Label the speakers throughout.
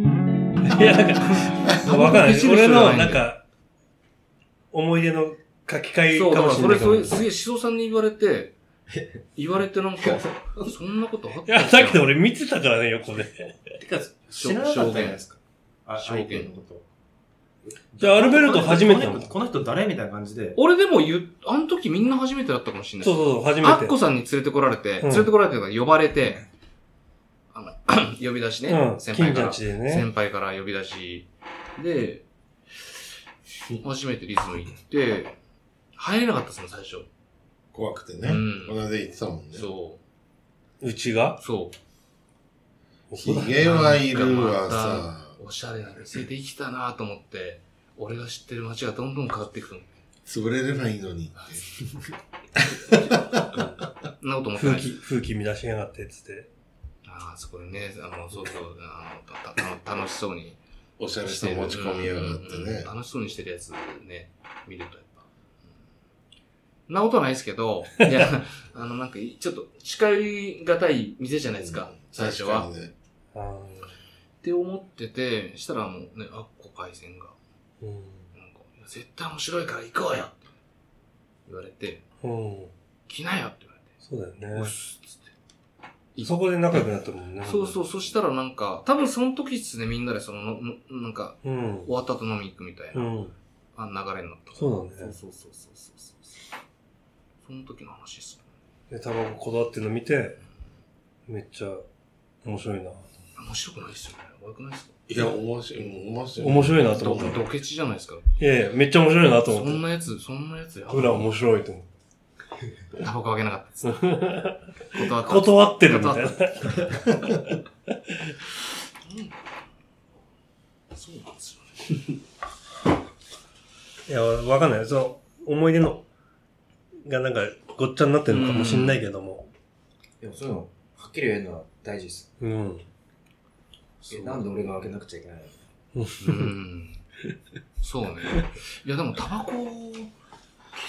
Speaker 1: なんか、わかんない。俺の、なんか、思い出の書き換え
Speaker 2: そう、
Speaker 1: か
Speaker 2: だか
Speaker 1: もし
Speaker 2: ら
Speaker 1: れ
Speaker 2: そ
Speaker 1: な
Speaker 2: れ、
Speaker 1: いか
Speaker 2: そ
Speaker 1: ら。
Speaker 2: れすげえ、しそさんに言わ れて、言われてなんか、そんなことあっ
Speaker 1: い
Speaker 2: た
Speaker 1: や、さっきの俺見てたからね、横で。
Speaker 2: てか、しょ
Speaker 3: 知らなかった
Speaker 2: 証
Speaker 3: んじゃないで
Speaker 2: 言。
Speaker 3: すか。あ
Speaker 2: 証言
Speaker 3: 相手のこと。
Speaker 1: じゃあアルベルト初めてなの
Speaker 3: この人この人誰みたいな感じで。
Speaker 2: 俺でも言う、あの時みんな初めてだったかもしれない。
Speaker 1: そうそうそう、初
Speaker 2: ア
Speaker 1: め
Speaker 2: ッ
Speaker 1: て
Speaker 2: コ。さんに連れてこられて、
Speaker 1: うん
Speaker 2: 連れてこられてというか呼ばれて、あの、 呼び出しね、
Speaker 1: うん、
Speaker 2: 先
Speaker 1: 金
Speaker 2: 輩
Speaker 1: ち
Speaker 2: か
Speaker 1: ゃん
Speaker 2: ら、
Speaker 1: ちでね。
Speaker 2: 先輩から呼び出し、で、初めてリズム行って、入れなかったっすもん、最初。
Speaker 4: 怖くてね。
Speaker 2: うん
Speaker 4: 同じ言ってたもんね。
Speaker 2: そう
Speaker 1: ちが
Speaker 2: う、そ
Speaker 4: ヒゲはいるわさ。
Speaker 2: う、おしゃれな店できたなと思って、俺が知ってる街がどんどん変わっていくの。
Speaker 4: 潰れればいいのにって。
Speaker 2: そんなこと思って
Speaker 1: 風
Speaker 2: ない。
Speaker 1: 紀、風紀乱しやがって、つって。
Speaker 2: ああ、そこでね、あの、そうそう、あの、たた楽しそうに。
Speaker 4: おしゃれさ持ち込みやがって
Speaker 2: うんうん
Speaker 4: ね。
Speaker 2: 楽しそうにしてるやつね、見るとやっぱ。うんなことはないですけ ど、いや、あの、なんか、ちょっと、近寄りがたい店じゃないですか、最初は。っ
Speaker 4: 確かにね。
Speaker 1: あー
Speaker 2: て思ってて、したらもうね、あっこ回線が、
Speaker 1: う
Speaker 2: なんか、いや絶対面白いから行こうよって言われて、
Speaker 1: ん。うん。
Speaker 2: 来なよって言わ
Speaker 1: そうだ
Speaker 2: れて、
Speaker 1: よ
Speaker 2: うっ
Speaker 1: ね。
Speaker 2: すっつって。
Speaker 1: そこで仲良くなったもんね。
Speaker 2: そうそう、そしたらなんか、多分その時っすね、みんなでその、ののなんか、
Speaker 1: う。うん
Speaker 2: 終。わった後飲み行くみたいな。
Speaker 1: うん。
Speaker 2: あ流れになった。
Speaker 1: そうだね
Speaker 2: そうそうそうそうそうそう。その時の話っす
Speaker 1: で、タバコこだわってるの見て、めっちゃ面白いな。
Speaker 2: もん。面白くないっすよね。怖くないっすか
Speaker 4: いや、面白い。面白い。
Speaker 1: 面白いなと
Speaker 2: ド
Speaker 1: 思った。
Speaker 2: ドケチじゃないですか。
Speaker 1: いやいや、めっちゃ面白いなと
Speaker 2: そ
Speaker 1: 思っ
Speaker 2: ん
Speaker 1: て。
Speaker 2: なやつ、そんなやつや。
Speaker 1: 裏面白いと思って。
Speaker 2: タバコあげなかったっす。断った。
Speaker 1: 断ってるみたいな
Speaker 2: 断。った。うんそうなんですよね。
Speaker 1: いや、わかんない。その、思い出の、がなんか、ごっちゃになってるのかもしんないけども。
Speaker 5: でもそういうの、はっきり言えるのは大事です。
Speaker 1: うん。
Speaker 5: え、なんで俺が開けなくちゃいけないの
Speaker 2: うん。そうね。いや、でもタバコ、ケ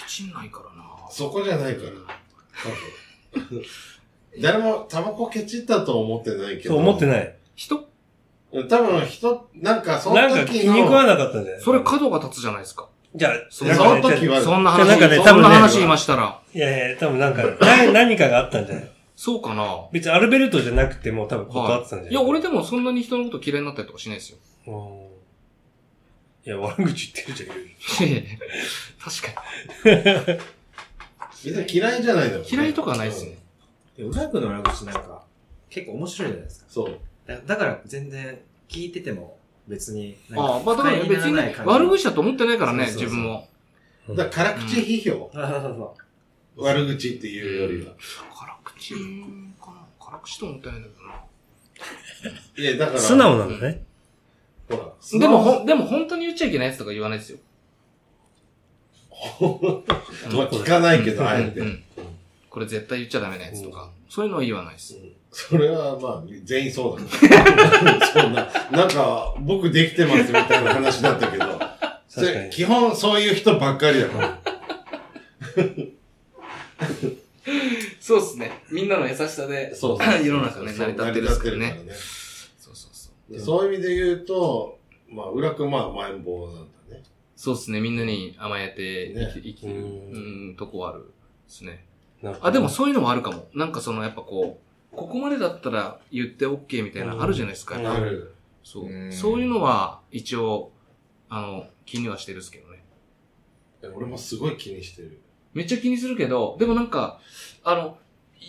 Speaker 2: チんないからな。
Speaker 4: そこじゃないから。多分 誰もタバコケチったと思ってないけ
Speaker 1: そ
Speaker 4: ど。
Speaker 1: う思って
Speaker 4: い。
Speaker 1: ない。
Speaker 2: 人、
Speaker 4: 多分人、なんかその
Speaker 1: なん
Speaker 4: 時の。
Speaker 1: か気に食わなかったんじゃない
Speaker 2: それ角が立つじゃないですか。
Speaker 1: じゃあ、
Speaker 2: そ
Speaker 4: そ
Speaker 1: なんか
Speaker 4: の
Speaker 1: ね
Speaker 4: 時は。
Speaker 2: そんな
Speaker 1: じゃあ
Speaker 2: 話、
Speaker 1: なんかね
Speaker 2: そ
Speaker 1: 多分
Speaker 2: ん
Speaker 1: ね
Speaker 2: な話いましたら。
Speaker 1: いやいや、多分なんか、な 何かがあったんじゃない
Speaker 2: そうかな。
Speaker 1: 別にアルベルトじゃなくても多分断ってたんじゃない
Speaker 2: いや、俺でもそんなに人のこと嫌いになったりとかしないですよ。
Speaker 1: も。いや、悪口言ってるじゃんいろい
Speaker 2: 確か
Speaker 4: 別に嫌いじゃないだろうね。
Speaker 2: に。嫌いとかはないですね。
Speaker 5: で、浦君の裏口なんか、結構面白いじゃないですか。
Speaker 4: そう。
Speaker 5: だだから全然、聞いてても、別になん
Speaker 2: ああ、まあだから別にね悪口だと思ってないからね、自分も。
Speaker 1: う。
Speaker 4: だから辛口批評。
Speaker 5: そうそうそう。
Speaker 4: 悪口っていうよりは。
Speaker 2: 辛口かな辛口と思ってないんだけ
Speaker 4: いや、だから。
Speaker 1: 素直なんだね。
Speaker 4: ほら。
Speaker 2: どな。でも、ほん、でも本当に言っちゃいけないやつとか言わないですよ。
Speaker 4: 素直まあ聞かないけど、あえて
Speaker 2: うんう。んこれ絶対言っちゃダメなやつとか。そういうのは言わないです。
Speaker 4: それはまあ、全員そうだね。 そんな、なんか、僕できてますみたいな話だったけど、そ
Speaker 1: 確かに
Speaker 4: れ基本そういう人ばっかり だから。
Speaker 2: そうですね。みんなの優しさで
Speaker 4: そうそう
Speaker 2: 世の中ね成り立ってるっすからね
Speaker 4: 成り立ってるか
Speaker 2: そうそうそう。
Speaker 4: らねそういう意味で言うと、まあ、裏くまあ、甘えん坊なんだね。
Speaker 2: そうですね。みんなに甘えて生き,、生きてる、
Speaker 1: う
Speaker 2: うんん、とこはあるですね。
Speaker 1: なんか
Speaker 2: あ、でもそういうのもあるかも。なんかその、やっぱこう、ここまでだったら言って OK みたいな
Speaker 1: う
Speaker 2: の
Speaker 1: ん
Speaker 2: あるじゃないですか。
Speaker 1: う
Speaker 2: や
Speaker 1: ん
Speaker 2: っぱ
Speaker 4: ある。
Speaker 2: そうう。
Speaker 5: ん
Speaker 2: そういうのは、一応、あの、気にはしてるんですけどね。
Speaker 4: 俺もすごい気にしてる。
Speaker 2: めっちゃ気にするけど、でもなんか、あの、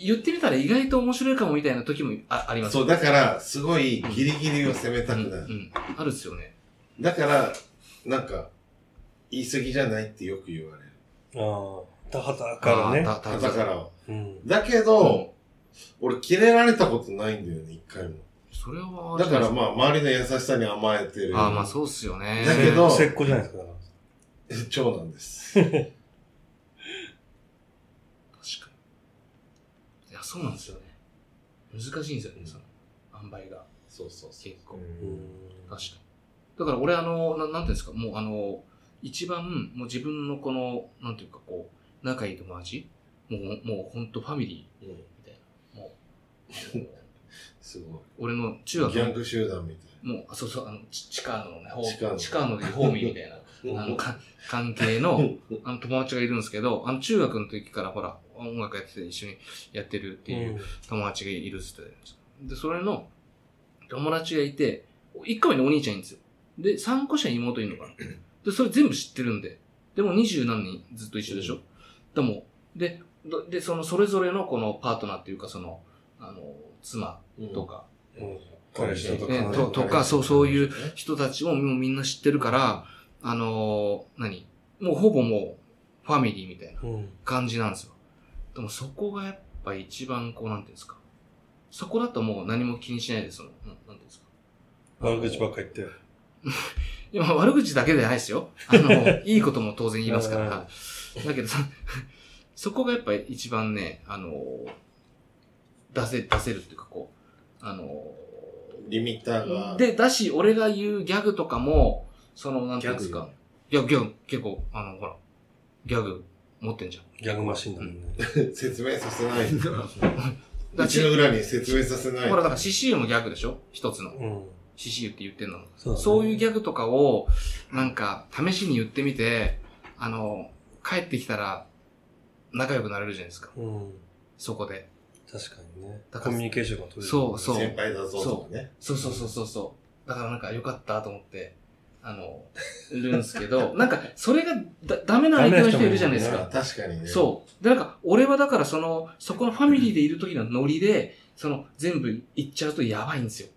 Speaker 2: 言ってみたら意外と面白いかもみたいな時もああります。
Speaker 4: そう、だから、すごいギリギリを攻めた
Speaker 2: うん、
Speaker 4: く
Speaker 2: う
Speaker 4: なる。
Speaker 2: ん。あるっすよね。
Speaker 4: だから、なんか、言い過ぎじゃないってよく言われる。
Speaker 1: ああ、田畑からね。
Speaker 2: あーたた
Speaker 4: だからは。
Speaker 1: うん。
Speaker 4: だけど、俺、キレられたことないんだよね、一回も。
Speaker 2: それは、
Speaker 4: だからまあ、周りの優しさに甘えてる。
Speaker 2: あーまあそうっすよね。
Speaker 4: だけど
Speaker 1: せっこじゃないですか。だか
Speaker 4: 長男です。
Speaker 2: 確かに。いや、そうなんですよね。難しいんですよね、その、塩梅が。
Speaker 4: そうそうそ
Speaker 2: 結構。
Speaker 1: らう
Speaker 5: うん
Speaker 1: ん
Speaker 2: 確かに。だから俺、あの、ななんていうんですか、もうあの、一番、もう自分のこの、なんていうか、こう、仲いい友達、もう、もう本当ファミリ
Speaker 4: う。うん、
Speaker 2: ーみたいな。もう、
Speaker 4: すごい。
Speaker 2: 俺の中学
Speaker 4: ギャン
Speaker 2: の、
Speaker 4: グ集団みたい
Speaker 2: もう、そうそう、あの、ち地下のね、ほう
Speaker 4: 地下の
Speaker 2: 地下のリフォーミーみたいな、あの、か関係の、 あの、友達がいるんですけど、あの、中学の時からほら、音楽やってて一緒にやってるっていう友達がいるっつってたじゃないですかで、それの友達がいて、1個目のお兄ちゃんいるんですよ。で、3個下に妹いるのかな。で、それ全部知ってるんで。でも二十何人ずっと一緒でしょ。でも、で、どで、その、それぞれのこのパートナーっていうか、その、あの、妻とか、
Speaker 4: 彼氏とか彼
Speaker 2: ね
Speaker 4: 女
Speaker 2: ととかそうそういう
Speaker 4: ね
Speaker 2: 人たちをもうみんな知ってるから、あのー何もうほぼもう、ファミリーみたいな
Speaker 1: うん。
Speaker 2: 感じなんですよ。でもそこがやっぱ一番こう、なんていうんですか。そこだともう何も気にしないですもん。なんなんていうんですか。
Speaker 1: 悪口ばっか言って。
Speaker 2: 今悪口だけじゃないですよ。あの、いいことも当然言いますか
Speaker 1: うん
Speaker 2: ら。だけどそ、そこがやっぱり一番ね、あの、出せ、出せるっていうかこう、あの、
Speaker 4: リミッターが。
Speaker 2: で、だし、俺が言うギャグとかも、その、なんていうんですか。いや、ギャグ、結構、あの、ほら、ギャグ持ってんじゃん。
Speaker 1: ギャグマシンだもんね。
Speaker 4: 説明させない。
Speaker 2: だ
Speaker 4: うちの裏に説明させない
Speaker 2: ほ。ら、だから刺繍もギャグでしょ一つの。
Speaker 1: うん。
Speaker 2: シシユって言ってんの。
Speaker 1: そ
Speaker 2: そうう,、
Speaker 1: だね
Speaker 2: いうギャグとかを、なんか、試しに言ってみて、あの、帰ってきたら、仲良くなれるじゃないですか。
Speaker 1: うん。
Speaker 2: そこで。
Speaker 1: 確かにね。
Speaker 2: だから
Speaker 1: コミュニケーションが取れる。
Speaker 2: そうそう
Speaker 4: 先輩だぞとかね。
Speaker 2: そうそうそうそうそう。だからなんか、良かったと思って、あの、いるんですけ ど、なんか、それがだ、ダメな相手の人いるじゃないです
Speaker 4: まあ
Speaker 2: か。
Speaker 4: 確かにね。
Speaker 2: そう。で、なんか、俺はだから、その、そこのファミリーでいる時のノリで、その、全部言っちゃうとやばいんですよ。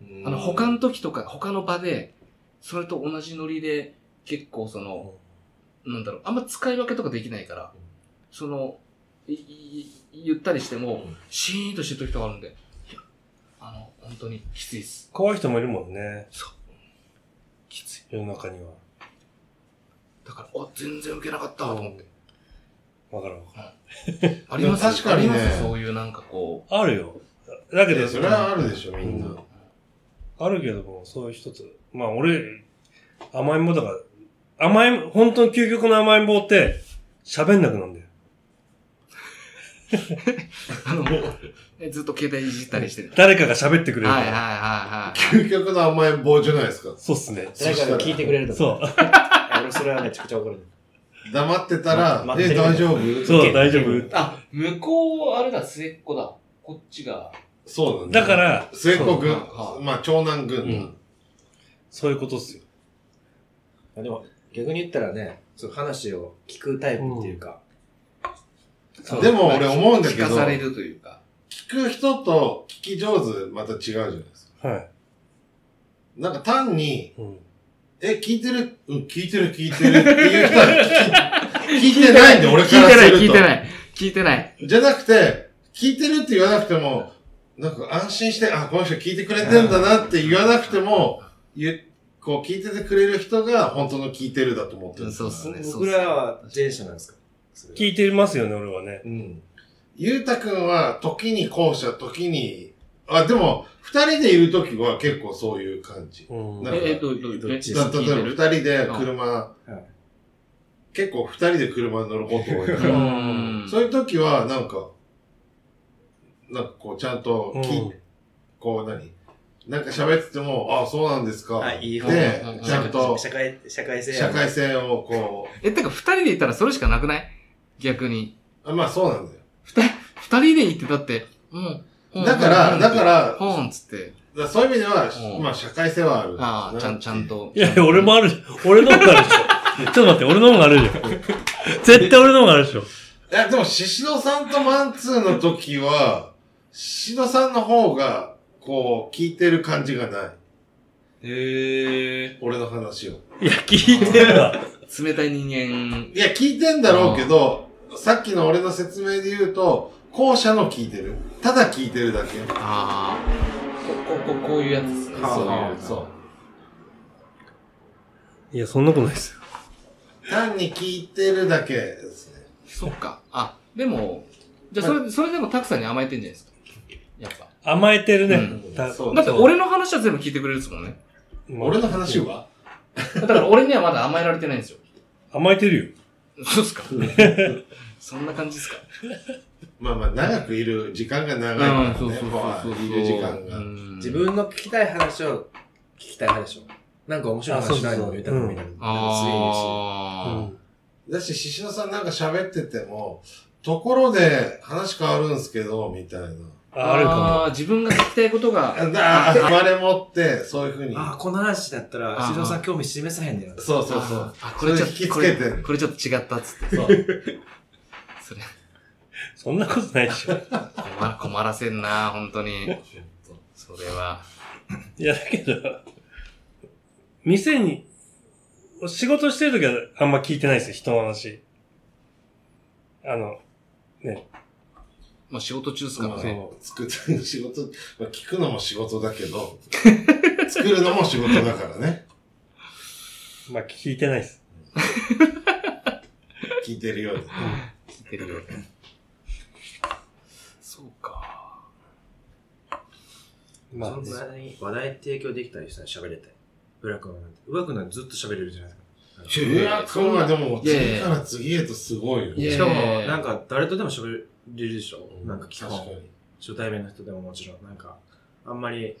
Speaker 4: うん。
Speaker 2: あの、他の時とか、他の場で、それと同じノリで、結構その、なんだろう、あんま使い分けとかできないから、
Speaker 4: うん
Speaker 2: その、いいい言ったりしても、
Speaker 4: うん
Speaker 2: シーンとしてる時とかあるんで、いやあの、本当にきついっす。
Speaker 1: 怖い人もいるもんね。
Speaker 2: きつい。
Speaker 1: 世の中には。
Speaker 2: だから、あ、全然受けなかったと思って。
Speaker 1: わかるわかる。
Speaker 2: あります
Speaker 4: 確かにね
Speaker 2: ありますそういうなんかこ
Speaker 1: あるよ。だけ
Speaker 4: い
Speaker 1: ど
Speaker 4: や、それはあるでしょ、みん
Speaker 1: うん
Speaker 4: な。
Speaker 1: あるけども、そういう一つ。まあ俺、甘えん坊だから、甘えん、本当に究極の甘えん坊って、喋んなくなるんだよ。
Speaker 2: う、あの、 えずっと携帯いじったりしてる。
Speaker 1: 誰かが喋ってくれる
Speaker 2: はい
Speaker 1: か
Speaker 2: はい
Speaker 1: ら。
Speaker 2: はいはい。
Speaker 4: 究極の甘えん坊じゃないですか。
Speaker 1: そうっすね。
Speaker 4: そ
Speaker 5: 誰
Speaker 4: した
Speaker 5: からが聞いてくれるとか。
Speaker 1: そう。
Speaker 5: いや俺それはめちゃくちゃ怒る。
Speaker 4: 黙ってたら
Speaker 5: ま、待っ
Speaker 4: え、
Speaker 5: てる
Speaker 4: 大丈夫
Speaker 1: そう、大丈
Speaker 5: う
Speaker 1: 夫。
Speaker 2: あ、向こう、あれだ、末っ子だ。こっちが。
Speaker 4: そうなんだ。
Speaker 1: だか、ら、
Speaker 4: 末っ子
Speaker 2: そう
Speaker 4: 軍
Speaker 2: は、い
Speaker 4: まあ、長男
Speaker 1: う
Speaker 4: 軍
Speaker 1: んそういうことっすよ。
Speaker 5: いやでも、逆に言ったらね、そう話を聞くタイプっていうか、
Speaker 4: だ。でも、俺思うんだけ
Speaker 2: 聞か
Speaker 4: ど、
Speaker 2: され
Speaker 4: 聞
Speaker 2: るというか。
Speaker 4: く人と聞き上手、また違うじゃないですか。
Speaker 1: はい。
Speaker 4: なんか単に、
Speaker 1: うん。
Speaker 4: え、聞いてるうん、聞いてる、聞いてるっていう人は聞き、聞いてないんで、俺からすると。
Speaker 2: 聞いてない、聞いてない。
Speaker 4: じゃなくて、聞いてるって言わなくても、なんか安心して、あ、この人聞いてくれてんだなって言わなくても、ゆこう聞いててくれる人が本当の聞いてるだと思ってる。
Speaker 2: そうっすね。そうっ
Speaker 5: 僕
Speaker 2: すね
Speaker 5: らは前者なんですかそれ
Speaker 1: 聞いてますよね、俺はね。
Speaker 4: うん。ゆうたくんは時に後者、時に、あ、でも、二人でいる時は結構そういう感じ。
Speaker 1: うん。
Speaker 4: なんか
Speaker 2: え、え、どうどうどう
Speaker 5: どっち
Speaker 4: 例え
Speaker 2: え聞いて
Speaker 4: ば
Speaker 2: る
Speaker 4: 二人で車
Speaker 5: うん、
Speaker 4: 結構二人で車に乗ること多いか
Speaker 2: う
Speaker 4: ら、
Speaker 2: ん
Speaker 4: そういう時はなんか、なんかこうちゃんと聞い
Speaker 1: うん
Speaker 4: こう何なんか喋ってても、ああ、そうなんですか。
Speaker 5: あいい方
Speaker 4: で
Speaker 2: うん、
Speaker 4: ちゃんと
Speaker 5: 社会、社会性
Speaker 4: 社会性をこ
Speaker 2: え、てか二人で行ったらそれしかなくない逆に。
Speaker 4: う、あまあそうなんだよ。
Speaker 2: 二人で行ってだって、うんうん。
Speaker 4: だから、だ
Speaker 2: か
Speaker 4: から、
Speaker 2: ほんっつって、
Speaker 4: だからそういう意味では
Speaker 2: う、ん
Speaker 4: まあ社会性はある。
Speaker 2: ああ、ちゃん、ちゃん。と。
Speaker 1: いやいや、俺もあるじゃん。俺の方があるでしょ。ちょっと 待って、俺の方があるじゃん。絶対俺の方があるでしょ。
Speaker 4: いや、でも、シシドさんとマンツーの時は、シシドさんの方が、こう、聞いてる感じがない。
Speaker 2: へえ。
Speaker 4: 俺の話を。
Speaker 1: いや、聞いてるわ。
Speaker 2: 冷たい人間。
Speaker 4: いや、聞いてんだろうけど、さっきの俺の説明で言うと、後者の聞いてる。ただ聞いてるだけ。
Speaker 2: ああ。こ、こ、こ、こういうやつですね。
Speaker 4: はあはあ
Speaker 2: そう。
Speaker 1: いや、そんなことないですよ。
Speaker 4: 単に聞いてるだけですね。
Speaker 2: そう。そっか。あ、でも、じゃあそれ、それでもたくさんに甘えてんじゃないですか。やっぱ。
Speaker 1: 甘えてるね。
Speaker 2: うん
Speaker 1: た
Speaker 4: そう
Speaker 2: だって俺の話は全部聞いてくれるですもんね。
Speaker 4: 俺の話は
Speaker 2: だから俺にはまだ甘えられてないんですよ。
Speaker 1: 甘えてるよ。
Speaker 2: そうっすか。そんな感じですか
Speaker 4: まあまあ、長くいる時間が長いから
Speaker 2: うん、
Speaker 4: ね。
Speaker 2: そうそうそう
Speaker 4: ま
Speaker 2: そ
Speaker 4: あ
Speaker 2: う。
Speaker 4: いる時間
Speaker 2: う
Speaker 4: が。
Speaker 2: ん
Speaker 5: 自分の聞きたい話を、聞きたい話を。なんか面白い話ないのみたいなのみたいな。なんか
Speaker 2: あ
Speaker 4: だし、獅子野さんなんか喋ってても、ところで話変わるんすけど、み たいな。
Speaker 2: あ。
Speaker 1: ああるか
Speaker 2: も。自分が聞きたいことが。
Speaker 4: あだあ生まれ持って、そういうふうに。
Speaker 3: ああ、この話だったら、
Speaker 2: あー
Speaker 3: 修造さん興味示さへんねん。
Speaker 4: そうそ
Speaker 2: あ
Speaker 4: うそう。
Speaker 2: あ、これちょっ
Speaker 4: それ
Speaker 2: と、
Speaker 4: 引き
Speaker 2: こ
Speaker 4: つけ
Speaker 2: れ、
Speaker 4: て
Speaker 2: これちょっと違ったっつって。
Speaker 4: そう。
Speaker 2: それ、
Speaker 1: も。そんなことないでしょ。
Speaker 2: 困困らせんな、本当に。それは。
Speaker 1: いや、だけど、店に、仕事してる時はあんま聞いてないですよ、人の話。あの、
Speaker 2: まあ仕事中っすからね。
Speaker 1: そ
Speaker 4: 作って、仕事、まあ、聞くのも仕事だけ ど、作るのも仕事だからね。
Speaker 1: う。まあ、聞いてないです。
Speaker 4: 聞いてるようで。
Speaker 2: 聞いてるよね。そうか。
Speaker 1: まあ、
Speaker 5: そう
Speaker 1: ね
Speaker 5: いう話話題話題提供できたりしたら喋れて。浦君なんて。浦君なんてずっと喋れるじゃないですか。
Speaker 4: うわ、今日はでも、
Speaker 2: いやいや
Speaker 4: 次から次へとすごいよ
Speaker 2: いや
Speaker 4: ね。
Speaker 2: い
Speaker 5: しかも、
Speaker 2: えー
Speaker 5: なんか誰とでも喋れるでしょ、なんか基
Speaker 4: 確か
Speaker 5: 本。
Speaker 4: に。
Speaker 5: 初対面の人でももちろん、なんか、あんまり、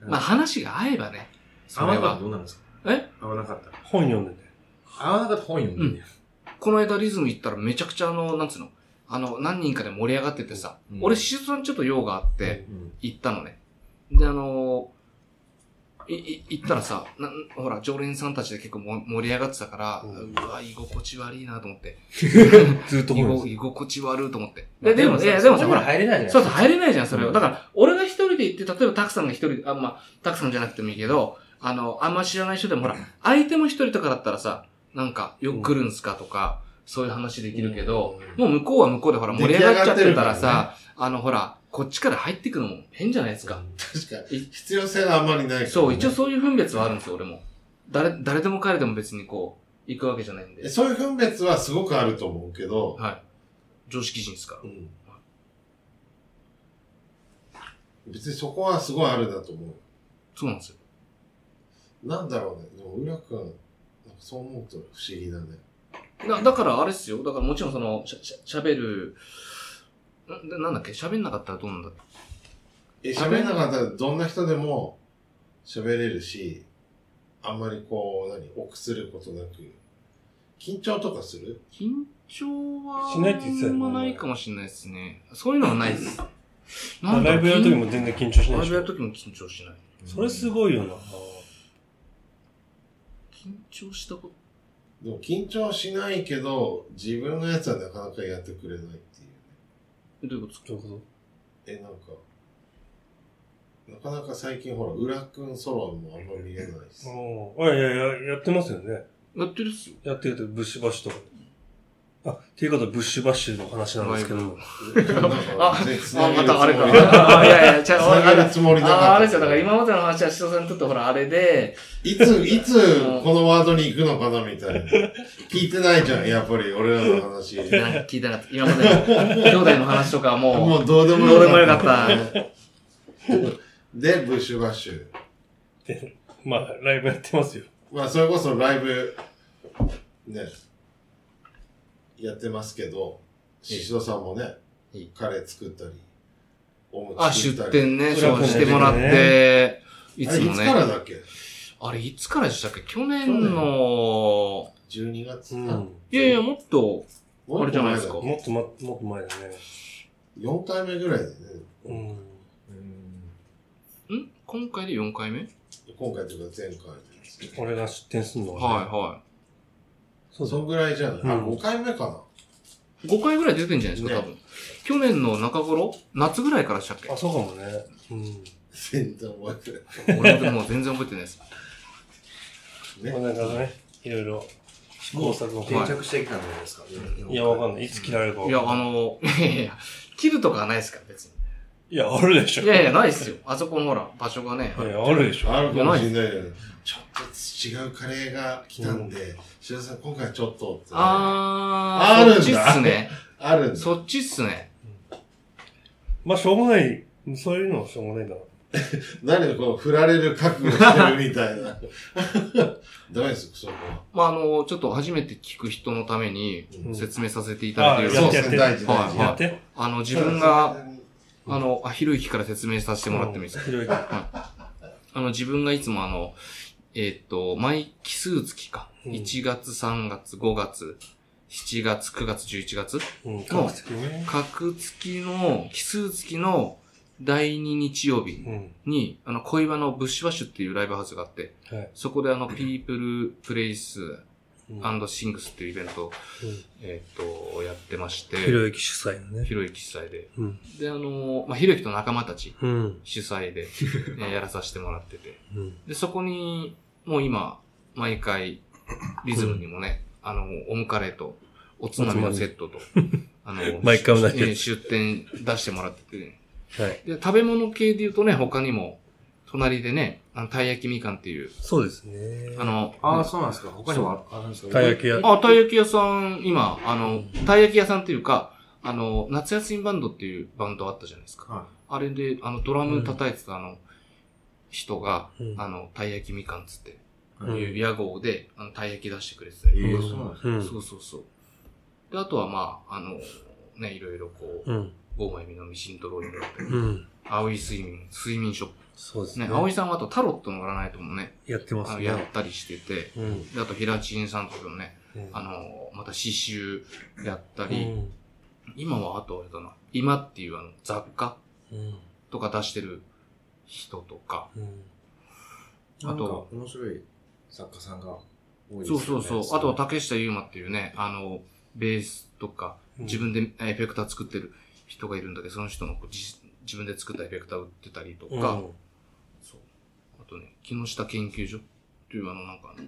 Speaker 2: まあ話が合えばね。そ
Speaker 5: 合わ
Speaker 2: れ
Speaker 5: なかったら
Speaker 2: は。
Speaker 5: どうなるんですか
Speaker 2: え
Speaker 5: 合わなかったら。
Speaker 1: 本読んでて。
Speaker 5: 合わなかったら本読んでね。
Speaker 2: この間リズム行ったらめちゃくちゃあの、なんつうのあの、何人かで盛り上がっててさ。
Speaker 5: うん
Speaker 2: 俺、しずさんちょっと用があって、
Speaker 5: うん
Speaker 2: 行ったのね。で、あのーい、い、行ったらさ、なほら、常連さんたちで結構も盛り上がってたから、う
Speaker 1: うん
Speaker 2: わ、居心地悪いなと思って。
Speaker 1: ずっと
Speaker 2: 居
Speaker 1: 本
Speaker 2: ご
Speaker 1: 読んで
Speaker 2: 居心地悪いと思って。
Speaker 5: まあ
Speaker 2: え、でも、
Speaker 5: さ
Speaker 2: いや、でも
Speaker 5: そ
Speaker 2: さ、ほ
Speaker 5: こまで
Speaker 2: ら、
Speaker 5: 入れないじゃない
Speaker 2: そうそう、入れないじゃん、それ
Speaker 5: う
Speaker 2: を。
Speaker 5: ん
Speaker 2: だから、俺が一人で行って、例えば、たくさんが一人、あ、まあ、たくさんじゃなくてもいいけど、あの、あんま知らない人でも、ほら、相手も一人とかだったらさ、なんか、よく来るんすかとか、そういう話できるけど、もう向こうは向こうで、ほら、盛り上がっちゃってたら
Speaker 4: 出来上が
Speaker 2: さ、あの、ほら、こっちから入ってくのも変じゃないですか。
Speaker 4: 確か
Speaker 2: い
Speaker 4: に。必要性があんまりないからね
Speaker 2: そう、一応そういう分別はあるんですよ、俺も。誰、誰でも彼でも別にこう、行くわけじゃないんで。
Speaker 4: そういう分別はすごくあると思うけど、
Speaker 2: はい。常識人ですから。
Speaker 4: うん別にそこはすごいあるなと思
Speaker 2: そうなんですよ。
Speaker 4: う。なんだろうね。でも、浦くん、なんかそう思うと不思議だね。
Speaker 2: だだから、あれっすよ。だからもちろんその、しゃ、しゃ、喋る、んななんだっけ喋んなかったらどうなんだ
Speaker 4: え、喋んなかったらどんな人でも喋れるし、あんまりこう、何、臆することなく。緊張とかする
Speaker 2: 緊張は、
Speaker 1: しないって言ってたよね
Speaker 2: あんまないかもしれないですね。そういうのはな いです。
Speaker 1: まあライブやる時も全然緊張しない
Speaker 2: ラ
Speaker 1: で
Speaker 2: イ
Speaker 1: し
Speaker 2: ブや
Speaker 1: ょ
Speaker 2: る。時も緊張しない。
Speaker 1: それすごいよな。
Speaker 2: 緊張したこ
Speaker 4: でも緊張しないけど、自分のやつはなかなかやってくれないっていう。
Speaker 2: と、どういうことですか
Speaker 1: どういうこ
Speaker 4: え、なんか、なかなか最近ほら、浦くんソロもあんま見れないし
Speaker 1: と。うん。あ、いやいや、やってますよね。
Speaker 2: やってるっすよ。
Speaker 1: やってると、ブッシュバッシュとか。あ、っていうことはブッシュバッシュの話なんですけども。
Speaker 4: あ
Speaker 2: あ、またあれか。
Speaker 4: 繋
Speaker 2: あいやいや、ち ゃう、
Speaker 4: がるつもりなかった。
Speaker 2: ああれですよ、だから今までの話は、しとさんにとってほら、あれで、
Speaker 4: いつ、いつ、このワードに行くのかな、みたいな。聞いてないじゃん、やっぱり、俺らの話。
Speaker 2: なんか聞いてなかった。今までの、兄弟の話とかは も
Speaker 4: もうどうで
Speaker 2: う、
Speaker 4: も
Speaker 2: どうでもよか
Speaker 4: っ
Speaker 2: った。
Speaker 4: た。で、ブッシュバッシュ。
Speaker 1: まあ、ライブやってますよ。
Speaker 4: まあ、それこそライブ、ね、やってますけど、ししさんもね
Speaker 2: いい、
Speaker 4: カレー作ったり、おむ
Speaker 2: あ、
Speaker 4: つ
Speaker 2: 出
Speaker 4: 作ったり。
Speaker 2: 店ね、
Speaker 1: それは
Speaker 2: そうしてもらって、い
Speaker 4: あれ
Speaker 2: つも
Speaker 4: いつから
Speaker 2: ね。
Speaker 4: だっけ
Speaker 2: あれ、いつからでしたっけ去年の、
Speaker 4: ?12 月。
Speaker 1: うん。
Speaker 4: も
Speaker 2: いやいや、もっと、
Speaker 4: う一個
Speaker 2: あ
Speaker 4: 前だ
Speaker 2: れじゃないですか
Speaker 1: もっとま、もっと前だね。
Speaker 4: 4回目ぐらいでね、
Speaker 1: うん。
Speaker 5: うん
Speaker 2: ん今回で4回目はい
Speaker 4: 今回というか前回ですね。
Speaker 1: 俺が出店するのは、
Speaker 2: は
Speaker 1: そう
Speaker 4: そ
Speaker 1: そ
Speaker 4: んぐらいじゃない、あ、
Speaker 1: うん
Speaker 4: 5回目か
Speaker 2: い。5回ぐらい出てんじゃないですか、多分。去年の中頃夏ぐらいからでしたっけ
Speaker 1: う。あ、そうかもね。うん。
Speaker 4: な全然覚えて
Speaker 2: 俺もでも全然覚えてないです。
Speaker 4: ない。
Speaker 1: ま
Speaker 4: ね。
Speaker 1: あ、なんかね、いろいろ試行錯誤
Speaker 5: 定着してきたんじゃないですか。
Speaker 1: いや、わかんない。いつ切られるかわ
Speaker 2: い
Speaker 1: かんな
Speaker 2: や、あの、いやいや、切るとかはないですから、別に。
Speaker 1: いや、あるでしょ。
Speaker 2: いやいや、ないっすよ。あそこのほら、場所がね。
Speaker 1: いやあるでしょ。
Speaker 4: あるかもしれないよね。ちょっと違うカレーが来たんで、しらさん今回はちょっとって、
Speaker 2: あー、
Speaker 4: あるん
Speaker 2: そ
Speaker 4: だ
Speaker 2: っちっすね。
Speaker 4: あるんだ。
Speaker 2: そっちっすね。
Speaker 1: まあ、しょうがない。そういうのはしょうがないだろう。
Speaker 4: 何この振られる覚悟してるみたいな。 ダメですよ、そこは。
Speaker 2: まあ、あの、ちょっと初めて聞く人のために
Speaker 1: うん
Speaker 2: 説明させていただ
Speaker 1: あ
Speaker 2: いてる
Speaker 1: や
Speaker 2: よ
Speaker 1: っ
Speaker 2: う
Speaker 1: て
Speaker 2: で
Speaker 1: や
Speaker 2: す。
Speaker 1: っ
Speaker 4: そう
Speaker 1: て。
Speaker 4: ですね
Speaker 2: 大
Speaker 4: 大事
Speaker 2: 事
Speaker 1: やって。
Speaker 2: あの、自分が、、あの、あ、ひろゆきから説明させてもらってもいいですか
Speaker 1: ひろゆき。
Speaker 2: あの、自分がいつもあの、えーっと、毎奇数月か。
Speaker 1: うん
Speaker 2: 1月、3月、5月、7月、9月、11月。
Speaker 1: うん、各月ね。
Speaker 2: 各月の、奇数月の第2日曜日
Speaker 1: うん。
Speaker 2: に、あの、恋場のブッシュバッシュっていうライブハウスがあって、
Speaker 1: はい。
Speaker 2: そこであの、ピープル、プレイス、
Speaker 1: うん
Speaker 2: アンドシングスっていうイベントを、
Speaker 1: うん
Speaker 2: えーっと、やってまして、
Speaker 1: ひろゆき主催のね。
Speaker 2: 広い記載で。
Speaker 1: うん。
Speaker 2: で、あの、まあ、ひろゆきと仲間たち
Speaker 1: うん。
Speaker 2: 主催で、 えーやらさせてもらってて。
Speaker 1: うん。
Speaker 2: で、そこに、もう今、毎回、リズムにもね、あの、オムカレーと、おつまみのセッ トと、あの、
Speaker 1: 毎回同じやつ
Speaker 2: えー出店出してもらってて、
Speaker 1: はい。
Speaker 2: で、食べ物系で言うとね、他にも、隣でね、あの、たい焼きみかんっていう、
Speaker 1: そうですね。
Speaker 2: あの、
Speaker 5: ああ、そうなんですか。他にもああるんですか
Speaker 1: たい焼き屋。
Speaker 2: あ、たい焼き屋さん、今、あの、たい焼き屋さんっていうか、あの、夏休みバンドっていうバンドあったじゃないですか。
Speaker 5: は
Speaker 2: あれで、あの、ドラム叩いてたあの、人が、
Speaker 1: うん
Speaker 2: あの、たい焼きみかんつって、
Speaker 1: うん
Speaker 2: いう屋号で、あの、たい焼き出してくれてたり
Speaker 5: え
Speaker 2: と
Speaker 5: ー
Speaker 2: か、
Speaker 5: そうなんで
Speaker 1: う
Speaker 5: す
Speaker 2: そ
Speaker 1: ん。
Speaker 2: うそうそう。で、あとはまあ、あの、ね、いろいろこう、
Speaker 1: うん。
Speaker 2: ゴーマイミのミシントローに乗って、
Speaker 1: うん。
Speaker 2: 青い睡眠、睡眠ショッ
Speaker 1: そうで
Speaker 2: プ。
Speaker 1: す
Speaker 2: ね、
Speaker 1: ね。
Speaker 2: 青いさんはあとタロットの占いともね、
Speaker 1: やってま
Speaker 2: あ
Speaker 1: す
Speaker 2: の
Speaker 1: ね
Speaker 2: や。ったりしてて、
Speaker 1: うん。
Speaker 2: であと、平地さんとかもね、
Speaker 1: うん
Speaker 2: あの、また刺繍やった
Speaker 1: う
Speaker 2: り、
Speaker 1: ん。
Speaker 2: 今はあとあれだな、今っていうあの雑貨
Speaker 1: うん。
Speaker 2: とか出してる人とか、
Speaker 1: うん。
Speaker 5: い。
Speaker 2: あ
Speaker 5: あ
Speaker 2: と
Speaker 5: と、面白い作家さんが多いです
Speaker 2: そ
Speaker 5: よ
Speaker 2: う
Speaker 5: ね
Speaker 2: そうそう、あとは竹下優馬っていうね、あの、ベースとか、自分でエフェクター作ってる人がいるんだけど、その人のこう自自分で作ったエフェクター売ってたりとか、
Speaker 1: うん
Speaker 2: そう。あとね、木下研究所っていうあの、なんかあの、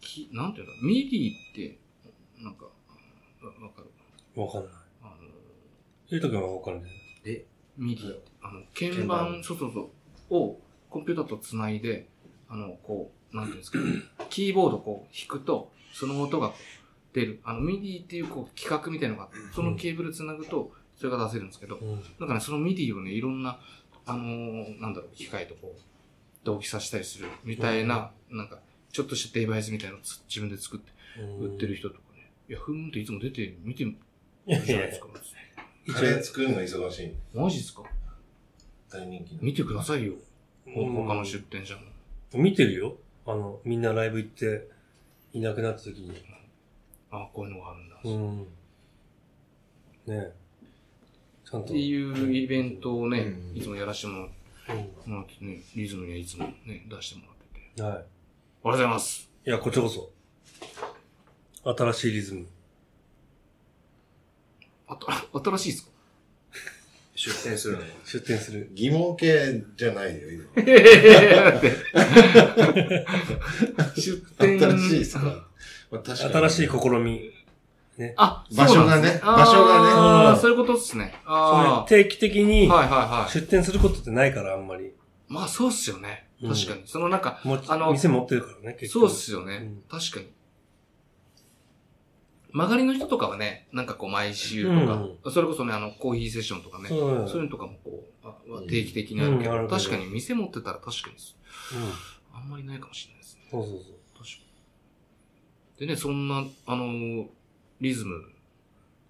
Speaker 2: きなんていうの、ミリーって、なんか、わわかる
Speaker 1: わかんない。
Speaker 2: あの、
Speaker 1: ゆうとくんはわかんない。
Speaker 2: ミディって、あの、鍵盤、そうそうそう、をコンピューターとつないで、あの、こう、なんていうんですか、 キーボードこう弾くと、その音がこう出る。あの、ミディっていうこう規格みたいなのがあって、そのケーブルつなぐと、それが出せるんですけど、
Speaker 1: うん。
Speaker 2: だからそのミディをね、いろんな、あのーなんだろう、機械とこう、同期させたりするみたいな、なんか、ちょっとしたデバイスみたいなのをつ自分で作って、売ってる人とかね、いや、ふーんっていつも出て見てる
Speaker 1: いや
Speaker 2: じゃない
Speaker 1: い
Speaker 2: で
Speaker 1: や
Speaker 2: すか。
Speaker 4: カレー作るの忙しい。
Speaker 2: マジですか
Speaker 4: 大人気
Speaker 2: 見てくださいよ。ほ
Speaker 1: うん
Speaker 2: 他の出店者も。
Speaker 1: 見てるよ。あの、みんなライブ行って、いなくなった時に。
Speaker 2: あこういうのがあるんだ。
Speaker 1: う
Speaker 2: っ
Speaker 1: ん。ねえ。ちゃんと。
Speaker 2: ていうイベントをね、
Speaker 5: うん
Speaker 2: いつもやらせても
Speaker 1: う
Speaker 2: らってね、リズムにはいつもね、出してもらってて。
Speaker 1: ん。はい。
Speaker 2: ありがとうございます。
Speaker 1: いや、こっちこそ。新しいリズム。
Speaker 2: あと、 新しいですか
Speaker 5: 出店するのに。
Speaker 1: 出店する。
Speaker 4: 疑問系じゃないよ、今。
Speaker 2: ええだって出店。
Speaker 4: 新しいですか。まあ、確かに
Speaker 1: 新しい試み。
Speaker 2: あ、
Speaker 4: 場所
Speaker 2: そう
Speaker 4: がね
Speaker 2: なんですあー
Speaker 4: 場所が
Speaker 1: ねうん
Speaker 2: そういうことです
Speaker 1: そう
Speaker 2: ね。
Speaker 1: ね
Speaker 2: あ
Speaker 1: 定期的
Speaker 2: あ。
Speaker 1: に
Speaker 2: はいはいはい。
Speaker 1: 出店することってないから、あんまり。
Speaker 2: まあそうっすよね。
Speaker 1: うん
Speaker 2: 確かに。そのなんか、
Speaker 1: もう
Speaker 2: あの
Speaker 1: 店持ってるからね、結
Speaker 2: そう
Speaker 1: 局。
Speaker 2: っすよね
Speaker 1: うん。
Speaker 2: 確かに。曲がりの人とかはね、なんかこう毎週とか、それこそね、あの、コーヒーセッションとかね、
Speaker 1: そうだよ
Speaker 2: そういうのとかもこう、あは定期的にあるけど、
Speaker 1: うんうんあるけど
Speaker 2: 確かに店持ってたら確かにです、
Speaker 1: うん
Speaker 2: あんまりないかもしれないですね。
Speaker 1: そうそうそう。
Speaker 2: 確かに。でね、そんな、あのーリズム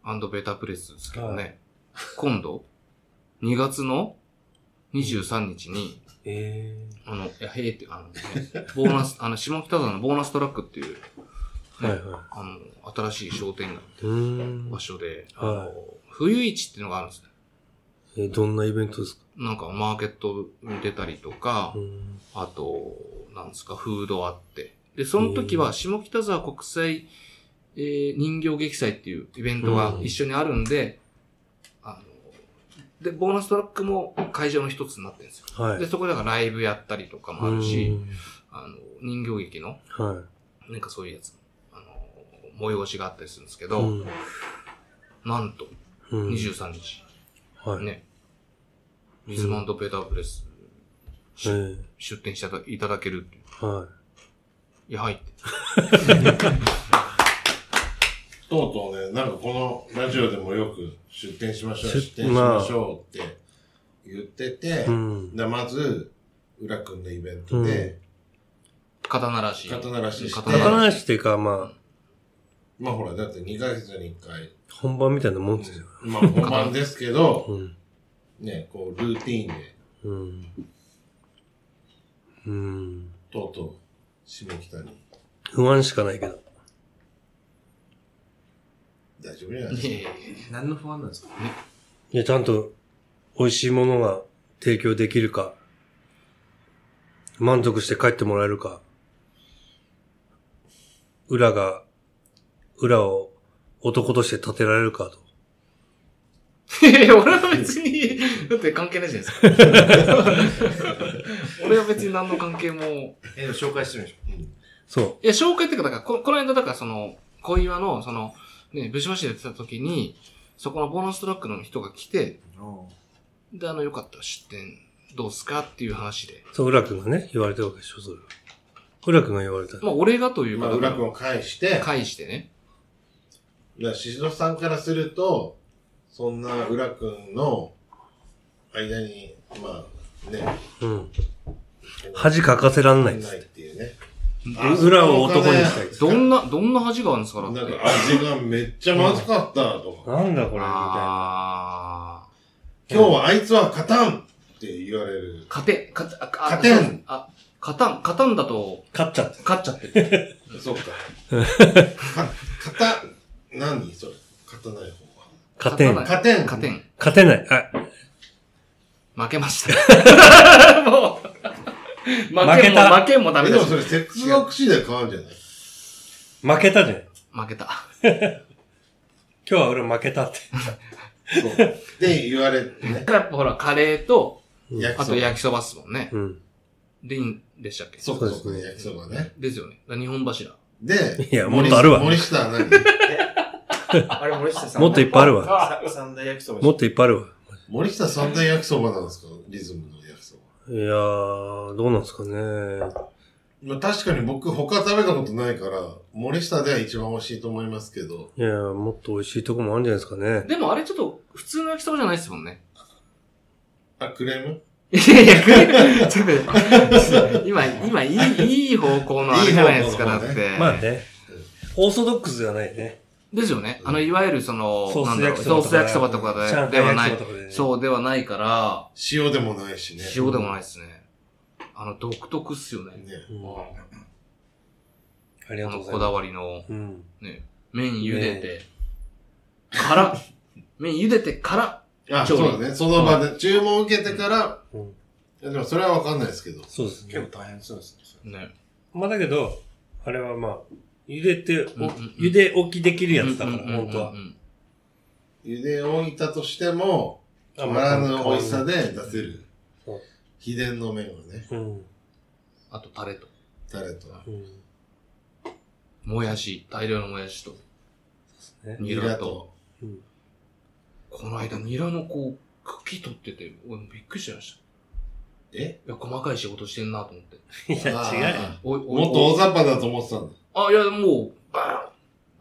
Speaker 2: ベータプレスですけどね、
Speaker 1: は
Speaker 2: 今度、2月の23日に、
Speaker 1: え
Speaker 2: あの、いや、へえって、あの、ね、ボーナス、あの、下北沢のボーナストラックっていう、
Speaker 1: えはいはい。
Speaker 2: あの、新しい商店街、
Speaker 1: うーん
Speaker 2: 場所で、あの
Speaker 1: はい
Speaker 2: 冬市っていうのがあるんですね。
Speaker 1: えどんなイベントですか
Speaker 2: なんかマーケットに出たりとか、
Speaker 1: ん。
Speaker 2: あと、なんですか、フードあって。で、その時は、下北沢国際、えー人形劇祭っていうイベントが
Speaker 1: うん
Speaker 2: 一緒にあるんで、あの、で、ボーナストラックも会場の一つになってるんですよ。
Speaker 1: はい。
Speaker 2: で、そこでなんかライブやったりとかもあるし、あの、人形劇の、
Speaker 1: うん。はい。
Speaker 2: なんかそういうやつ、あの、催しがあったりするんですけど、
Speaker 1: うん
Speaker 2: なんと、
Speaker 1: うん
Speaker 2: 23日、
Speaker 1: はい。
Speaker 2: ね、リズムペータープレス、
Speaker 1: ええ
Speaker 2: 出店していただけるっていう。
Speaker 1: はい
Speaker 2: や、はいって。
Speaker 4: とうとうね、なんかこのラジオでもよく出店しましょう、
Speaker 1: 出
Speaker 4: 出店しましょうって言ってて、
Speaker 1: うん。
Speaker 4: で、まず、浦くんのイベントで、
Speaker 2: 肩慣らし。
Speaker 4: 肩鳴らしして
Speaker 2: 肩
Speaker 1: 高
Speaker 2: 鳴らし。
Speaker 1: 梨っていうか、まあ、
Speaker 4: まあほら、だって2ヶ月に1回、
Speaker 1: 本番みたいなもんですよ。
Speaker 4: まあ本番ですけど、
Speaker 1: うん。
Speaker 4: ね、こう、ルーティーンで、
Speaker 1: うん。うん。
Speaker 4: とうとう、下北に、
Speaker 1: 不安しかないけど。
Speaker 4: 大丈夫じゃないです
Speaker 2: い
Speaker 4: か。
Speaker 2: やいやいや
Speaker 3: 何の不安なんですか
Speaker 1: いや、ちゃんと美味しいものが提供できるか、満足して帰ってもらえるか、裏が、裏を男として立てられるかと。
Speaker 2: いやいや、俺は別に、だって関係ないじゃないですか。俺 は別に何の関係も。
Speaker 3: え、でも紹介してるんでし
Speaker 1: そ
Speaker 2: いや、紹介っていうか、だからこ、この間、だからその、小岩の、その、ね、ブシマシでやってた時に、そこのボーナストラックの人が来て、
Speaker 3: ょ
Speaker 2: で、あの、よかったら出店、どうすかっていう話で。
Speaker 1: う。そう、浦くんがね、言われたわけでしょ、それは。浦くんが言われた。
Speaker 2: まあ、俺がという
Speaker 4: ま
Speaker 2: か、
Speaker 4: あ、
Speaker 2: だか
Speaker 4: 浦
Speaker 2: ら
Speaker 4: くんを返して、
Speaker 2: 返してね。
Speaker 4: だから宍戸さんからすると、そんな浦くんの間に、まあ、ね、
Speaker 1: うん。恥かかせらんないっつ
Speaker 4: な
Speaker 1: っ
Speaker 4: いっていうね。
Speaker 1: て。裏を男にしたいっつって
Speaker 2: どんな、どんな恥があるんですから
Speaker 4: なん
Speaker 2: っ
Speaker 4: か
Speaker 2: て。
Speaker 4: 味がめっちゃまずかったとか、
Speaker 1: なんだこれ、みたいな。
Speaker 2: あ
Speaker 4: 今日はあいつは勝たんって言われる
Speaker 2: ー。。勝て、勝て、ああ
Speaker 4: 勝てん
Speaker 2: そうあ、勝たん、勝たんだと、
Speaker 1: 勝っちゃって。
Speaker 2: 勝っちゃってる。
Speaker 4: そうか。か、勝た、何それ。勝たない方は。
Speaker 1: 勝てん。
Speaker 2: 勝たない
Speaker 4: 勝てん。
Speaker 2: 勝てん。
Speaker 1: 勝てない。あ、
Speaker 2: 負けました。もう。負けも、
Speaker 1: 負けた
Speaker 2: 負けもダ
Speaker 4: え、
Speaker 2: メ
Speaker 4: で
Speaker 2: だ
Speaker 4: も
Speaker 2: し。
Speaker 4: それ、接続詞で変わるんじゃない
Speaker 1: 負けたじゃん。
Speaker 2: 負けた。
Speaker 1: 今日は裏負けたって。
Speaker 4: そう。って言われて
Speaker 2: だ
Speaker 4: ね。
Speaker 2: からやっぱほら、カレーと、
Speaker 4: 焼
Speaker 2: あ
Speaker 4: きそ
Speaker 2: と
Speaker 4: ば。
Speaker 2: 焼きそばっすもんね。
Speaker 1: うん。
Speaker 2: で、いんでしたっけ
Speaker 4: そうか、そうか、焼きそばね。
Speaker 2: ですよね。だから日本柱。
Speaker 4: で、
Speaker 1: いやもっとあるわ
Speaker 4: 森下は何
Speaker 3: あれ、森下さん。
Speaker 1: もっといっぱいあるわ。
Speaker 3: さ三大焼きそば。
Speaker 1: もっといっぱいあるわ。
Speaker 4: 森下三大焼きそばなんですかリズムの焼きそば。
Speaker 1: いやー、どうなんですかね。
Speaker 4: まあ確かに僕他食べたことないから、森下では一番美味しいと思いますけど、
Speaker 1: いやー、もっと美味しいとこもあるんじゃないですかね。
Speaker 2: でもあれちょっと、普通の焼きそばじゃないっすもんね。
Speaker 4: あ、クレーム
Speaker 2: いやいや、ちょっと待って、今、今、いい、いい方向のあれじゃないですか、
Speaker 4: いい
Speaker 2: だ
Speaker 4: 方
Speaker 2: っ
Speaker 4: 向のね
Speaker 2: て。
Speaker 1: まあね。オーソドックスではないね。
Speaker 2: ですよね。あの、いわゆるその、
Speaker 1: ソー
Speaker 2: なん
Speaker 1: ス
Speaker 2: だ
Speaker 1: 焼
Speaker 2: ろう
Speaker 1: きそばとか。
Speaker 2: ソース焼きそばとかで
Speaker 1: 上海
Speaker 2: ではな
Speaker 1: 焼きそ
Speaker 2: い
Speaker 1: ばとかでね。
Speaker 2: そうではないから、
Speaker 4: 塩でもないしね。
Speaker 2: 塩でもないですね。あの、独特っすよね。
Speaker 4: ね。
Speaker 1: うん。
Speaker 2: あ
Speaker 1: ありがとうご
Speaker 2: の、
Speaker 1: ざい
Speaker 2: こ
Speaker 1: ます。
Speaker 2: だわりの、
Speaker 1: うん。
Speaker 2: ね、麺茹でて、から、 麺茹でてから、
Speaker 4: あ、
Speaker 2: 調
Speaker 4: そ
Speaker 2: 理
Speaker 4: うだね。その場で、注文受けてから、
Speaker 1: うん
Speaker 4: いやでもそれはわかんないですけど。
Speaker 1: そうです
Speaker 3: 結
Speaker 1: ね。
Speaker 3: 構大変そうですね。
Speaker 2: ね。
Speaker 1: まあだけど、あれはまあ、茹でて、
Speaker 2: うんうん
Speaker 1: お茹で置きできるやつだから、
Speaker 2: うんうんうんうん
Speaker 1: 本当は。
Speaker 4: 茹で置いたとしても、
Speaker 1: あ
Speaker 4: 変わらぬ美味しさ。で出せる
Speaker 1: そう。
Speaker 4: 秘伝の麺をね、
Speaker 1: うん。
Speaker 2: あと、タレと。
Speaker 4: タレと。
Speaker 1: うん。
Speaker 2: もやし、大量のもやしと、
Speaker 1: ね
Speaker 2: ニラと。。
Speaker 1: うん
Speaker 2: この間、ニラのこう、茎取ってて、俺もびっくりしました。
Speaker 4: え
Speaker 2: いや、細かい仕事してんなと思って。
Speaker 1: いや、違うよ。
Speaker 4: う。
Speaker 2: おいおい
Speaker 4: もっと大雑把だと思ってたんだ。
Speaker 2: あ、いや、もう、バ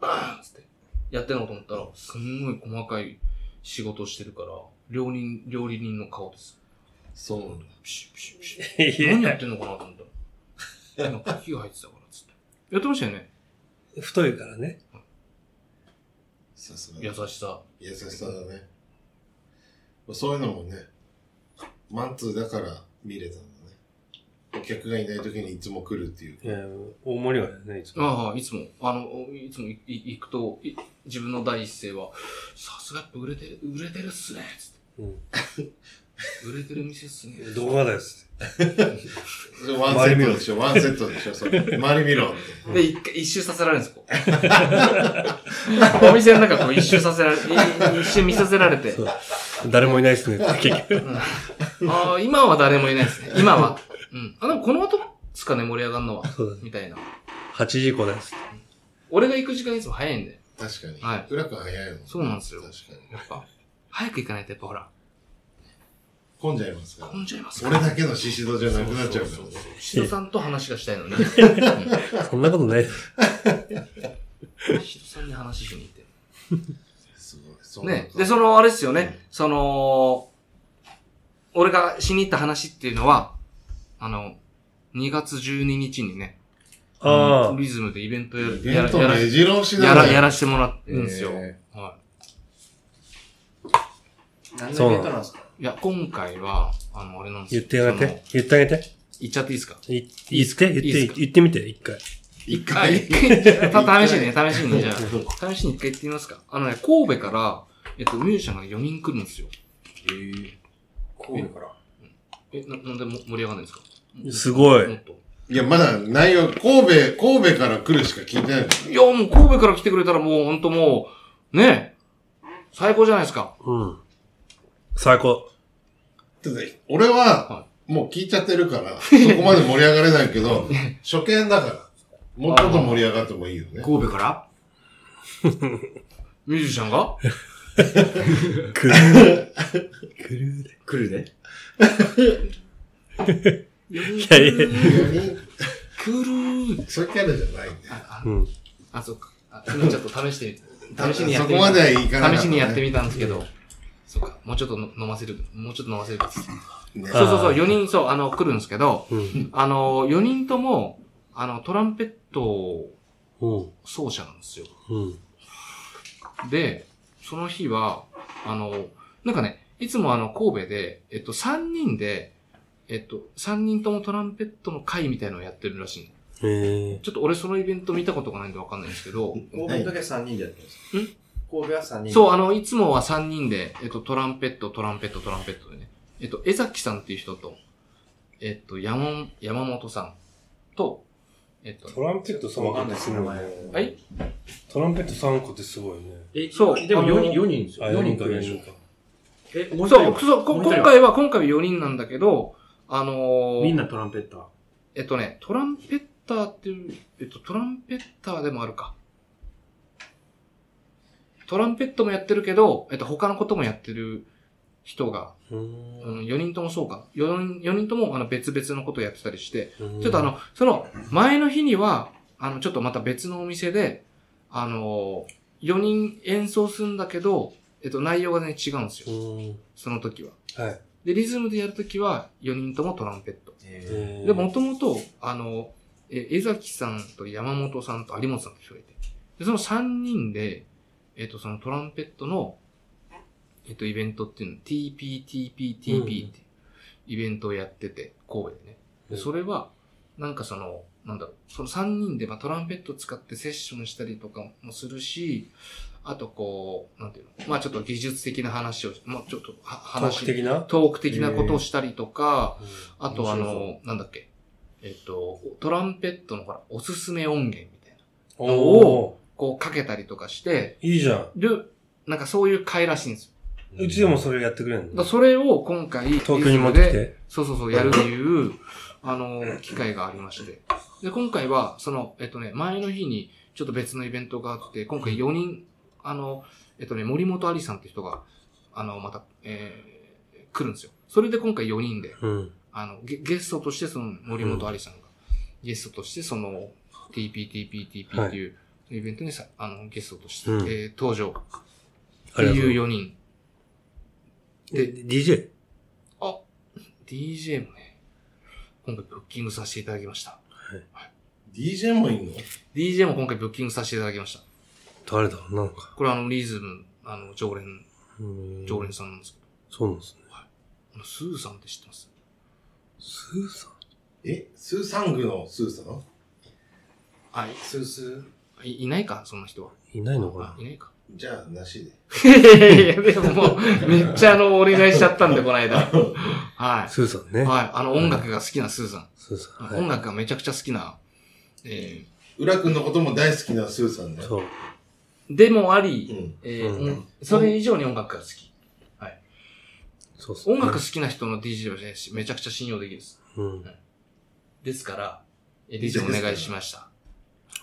Speaker 2: ーンバーンつって、やってんのと思ったら、すんごい細かい仕事してるから、料理人、料理人の顔です。
Speaker 4: そうなんだ。
Speaker 2: ピシッピシッピシ
Speaker 1: い
Speaker 2: ッ。何や
Speaker 1: や
Speaker 2: ってんのかなと思ったら。今、茎が入ってたから、つって。やってましたよね。
Speaker 1: 太いからね。
Speaker 4: さすが
Speaker 2: 優しさ。
Speaker 4: 優しさだね。そういうのもね、マンツーだから見れたんだね。お客がいない時にいつも来るっていう
Speaker 1: い。や、大盛りはね、いつも。
Speaker 2: ああ、いつも、あの、いつもいい行くと、い自分の第一声は、さすがやっぱ売れてる、売れてるっすね、つ
Speaker 1: う
Speaker 2: って。
Speaker 1: ん。
Speaker 2: 売れてる店っすね。
Speaker 1: 動画だよ。
Speaker 4: それワンセットでしょ、ワンセットでしょ、それ。周り見ろって。
Speaker 2: で、一回一周させられるんです、こう。 お店の中、こう一周させられ、い一周見させられて。
Speaker 1: 誰もいないっ すね、結局。
Speaker 2: ああ、今は誰もいないですね。今は。うん。あ、でもこの後ですかね、盛り上がるのは。
Speaker 1: そうだね。
Speaker 2: みたいな。
Speaker 1: 8時以降だよ。
Speaker 2: 俺が行く時間いつも早いんで。
Speaker 4: 確かに。
Speaker 2: はい
Speaker 4: 裏くん早いもん。
Speaker 2: そうなんですよ
Speaker 4: 確かに。
Speaker 2: やっぱ。早く行かないと、やっぱほら、
Speaker 4: 混んじゃいますから。
Speaker 2: 混んじゃいますか
Speaker 4: 俺
Speaker 2: ら。
Speaker 4: だけのシシドじゃなくなっちゃうからね。
Speaker 2: シドさんと話がしたい のに。
Speaker 1: そんなことない。
Speaker 2: シドさんに話しに行って。
Speaker 4: すごい。そんな
Speaker 2: ね。で、その、あれですよね。その、俺がしに行った話っていうのは、あの、2月12日にね、
Speaker 1: ああ
Speaker 2: の。リズムでイベントやる
Speaker 4: イ
Speaker 2: や
Speaker 4: ベン
Speaker 2: ら
Speaker 4: ト
Speaker 2: やら
Speaker 4: 目白押しな
Speaker 2: や
Speaker 4: の
Speaker 2: ら、や
Speaker 4: よ。
Speaker 2: らしてもらってるんですよ。
Speaker 5: え
Speaker 2: は
Speaker 5: 何
Speaker 1: そ
Speaker 5: の
Speaker 1: うなの
Speaker 5: イベントなんですか
Speaker 2: い。いや、今回は、あの、あれなんです
Speaker 1: 言
Speaker 2: よ。
Speaker 1: ってあげて。言ってあげて。
Speaker 2: その。言っちゃっていいですか
Speaker 1: い
Speaker 2: いいっ
Speaker 1: 言っ
Speaker 2: すか
Speaker 1: て、言って、
Speaker 2: いいっすか
Speaker 1: 言ってみて、一回。
Speaker 2: 一回。た試しにね、試しにね、じゃあ、試しに一回行ってみますか。あのね、神戸から、えっと、ミュージシャンが4人来るんですよ。
Speaker 5: 神戸から。
Speaker 2: え、な、なんでも盛り上がんないんですか
Speaker 1: すごい
Speaker 2: もっと。
Speaker 4: いや、まだ内容、神戸、神戸から来るしか聞いてない。
Speaker 2: いや、もう神戸から来てくれたらもう、ほんともう、ね最高じゃないですか。
Speaker 1: うん。最高。
Speaker 4: だって俺は
Speaker 2: は、
Speaker 4: もう聞いちゃってるから、そこまで盛り上がれないけど、 初見だから、もうちょっと盛り上がってもいいよね。
Speaker 2: 神戸から ミュージシャンが
Speaker 1: くるー。くるーで。
Speaker 5: 来るで。
Speaker 2: いや
Speaker 1: やいや
Speaker 2: くるー。
Speaker 4: そういうキャラじゃないんだよ。
Speaker 2: あ、
Speaker 1: うん。
Speaker 2: ああ、そっか。あちょっと試してみ、試しにやってみた。
Speaker 4: そこまではいかなかったね
Speaker 2: 試しにやってみたんですけど。そっか。もうちょっとの飲ませる。もうちょっと飲ませる。
Speaker 4: ね
Speaker 2: そうそうそ
Speaker 1: あ
Speaker 2: う、
Speaker 1: ー
Speaker 2: 4人、そう、あの、来るんですけど、
Speaker 1: うん。
Speaker 2: あの、4人とも、あの、トランペット
Speaker 1: うん。
Speaker 2: 奏者なんですよ。
Speaker 1: うん。
Speaker 2: で、その日は、あの、なんかね、いつもあの、神戸で、えっと、3人で、えっと、3人ともトランペットの会みたいのをやってるらしいの。
Speaker 1: ええ。
Speaker 2: ちょっと俺そのイベント見たことがないんでわかんないんですけど、
Speaker 3: 神戸の時は3人でやってます。
Speaker 2: ん
Speaker 3: 神戸は3人で。
Speaker 2: そう、あの、いつもは3人で、えっと、トランペット、トランペット、トランペットでね。えっと、江崎さんっていう人と、えっと、山、山本さんと、えっと、
Speaker 1: トランペット3
Speaker 3: わかんないです名前
Speaker 2: はい
Speaker 1: トランペット3個ってすごいね。
Speaker 5: え
Speaker 2: そう
Speaker 5: でも4
Speaker 2: あ
Speaker 5: 人、
Speaker 2: の
Speaker 5: 四人ですよ。4人と
Speaker 1: か
Speaker 5: でしょ。え、もう一人
Speaker 2: そう、
Speaker 5: は
Speaker 2: そう、こ
Speaker 5: もう一
Speaker 2: 今
Speaker 5: 人は
Speaker 2: 回は、今回は4人なんだけど、あのー
Speaker 5: みんなトランペッター。
Speaker 2: えっとね、トランペッターっていう、えっと、トランペッターでもあるか。トランペットもやってるけど、えっと、他のこともやってる人が、
Speaker 1: う。
Speaker 2: うんん、4人ともそうか。4人、四人とも、あの、別々のことをやってたりして、
Speaker 1: ち
Speaker 2: ちょっとあ、の、その、前の日には、あの、ちょっとまた別のお店で、あのー、4人演奏するんだけど、えっと、内容がね、違うんです
Speaker 1: う
Speaker 2: よ。
Speaker 1: ん。
Speaker 2: その時は。
Speaker 1: はい。
Speaker 2: で、リズムでやるときは、4人ともトランペット。
Speaker 5: え
Speaker 2: で、もともと、あの、え、江崎さんと山本さんと有本さんと人がいて、で、その3人で、えっ、と、そのトランペットの、えっ、と、イベントっていうの、
Speaker 1: うん
Speaker 2: TPTPTP っていうイベントをやってて、神戸でね。
Speaker 1: うん
Speaker 2: で、それは、なんかその、なんだろう、その3人で、まあ、トランペット使ってセッションしたりとかもするし、あとこう、なんていうの、まあちょっと技術的な話を、まあちょっと
Speaker 1: ト
Speaker 2: は
Speaker 1: ーク
Speaker 2: 話、
Speaker 1: 的な
Speaker 2: トーク的なことをしたりとか、あとあ
Speaker 5: 面白
Speaker 2: の、なんだっけ。えっと、トランペットのほら、おすすめ音源みたいな。
Speaker 1: おお
Speaker 2: こうかけたりとかして
Speaker 1: ー。いいじゃん。
Speaker 2: る、なんかそういう会らしいんですよ。
Speaker 1: うちでもそれやってくれる
Speaker 2: だか
Speaker 1: の
Speaker 2: らそれを今回、
Speaker 1: 東京に持ってきて。
Speaker 2: そうそうそう、やるという、あの、機会がありまして。で、今回は、その、えっとね、前の日に、ちょっと別のイベントがあって、今回4人、あの、えっとね、森本ありさんって人が、あの、また、えー、来るんですよ。それで今回4人で、
Speaker 1: うん。
Speaker 2: あの、ゲゲストとしてその森本ありさんが、ゲストとしてその TPTPTP っていう、イベントにさ、あの、ゲストとして、
Speaker 1: うん
Speaker 2: えー登場って
Speaker 1: ありがと
Speaker 2: いう
Speaker 1: う。
Speaker 2: 4人。
Speaker 1: で、DJ。
Speaker 2: DJ もね、今回ブッキングさせていただきました。
Speaker 4: DJ もいんの
Speaker 2: DJ も今回ブッキングさせていただきました。
Speaker 1: 誰だろうなんか。
Speaker 2: これあの、リズム、あの、常連、
Speaker 1: うん
Speaker 2: 常連さんなんですけど、
Speaker 1: そうなんですね。
Speaker 2: あのスーさんって知ってます
Speaker 1: スーさん
Speaker 4: えスーサングのスーさん
Speaker 2: あい
Speaker 5: スースー。
Speaker 2: い、いないかそんな人は。
Speaker 1: いないのか
Speaker 2: あ
Speaker 1: ない
Speaker 2: ないか。
Speaker 4: じゃあ、なしで。
Speaker 2: いやいやいや、でももう、めっちゃあの、お願いしちゃったんで、こ の間。はい。
Speaker 1: スーさんね。
Speaker 2: はい。あの、音楽が好きなスーさ
Speaker 1: スーさ
Speaker 2: ん。
Speaker 1: ん。はい
Speaker 2: 音楽がめちゃくちゃ好きな。え
Speaker 4: 浦君のことも大好きなスーさんだよ。
Speaker 1: そう。
Speaker 2: ー、でもあり、
Speaker 4: うん。
Speaker 2: えー
Speaker 1: うん
Speaker 2: うんそれ以上に音楽が好き。
Speaker 1: そうっすね
Speaker 2: 音楽好きな人の DJ はね、しめちゃくちゃ信用できるです。
Speaker 1: うん。
Speaker 2: ですから、えー DJ お願いしました。
Speaker 1: あ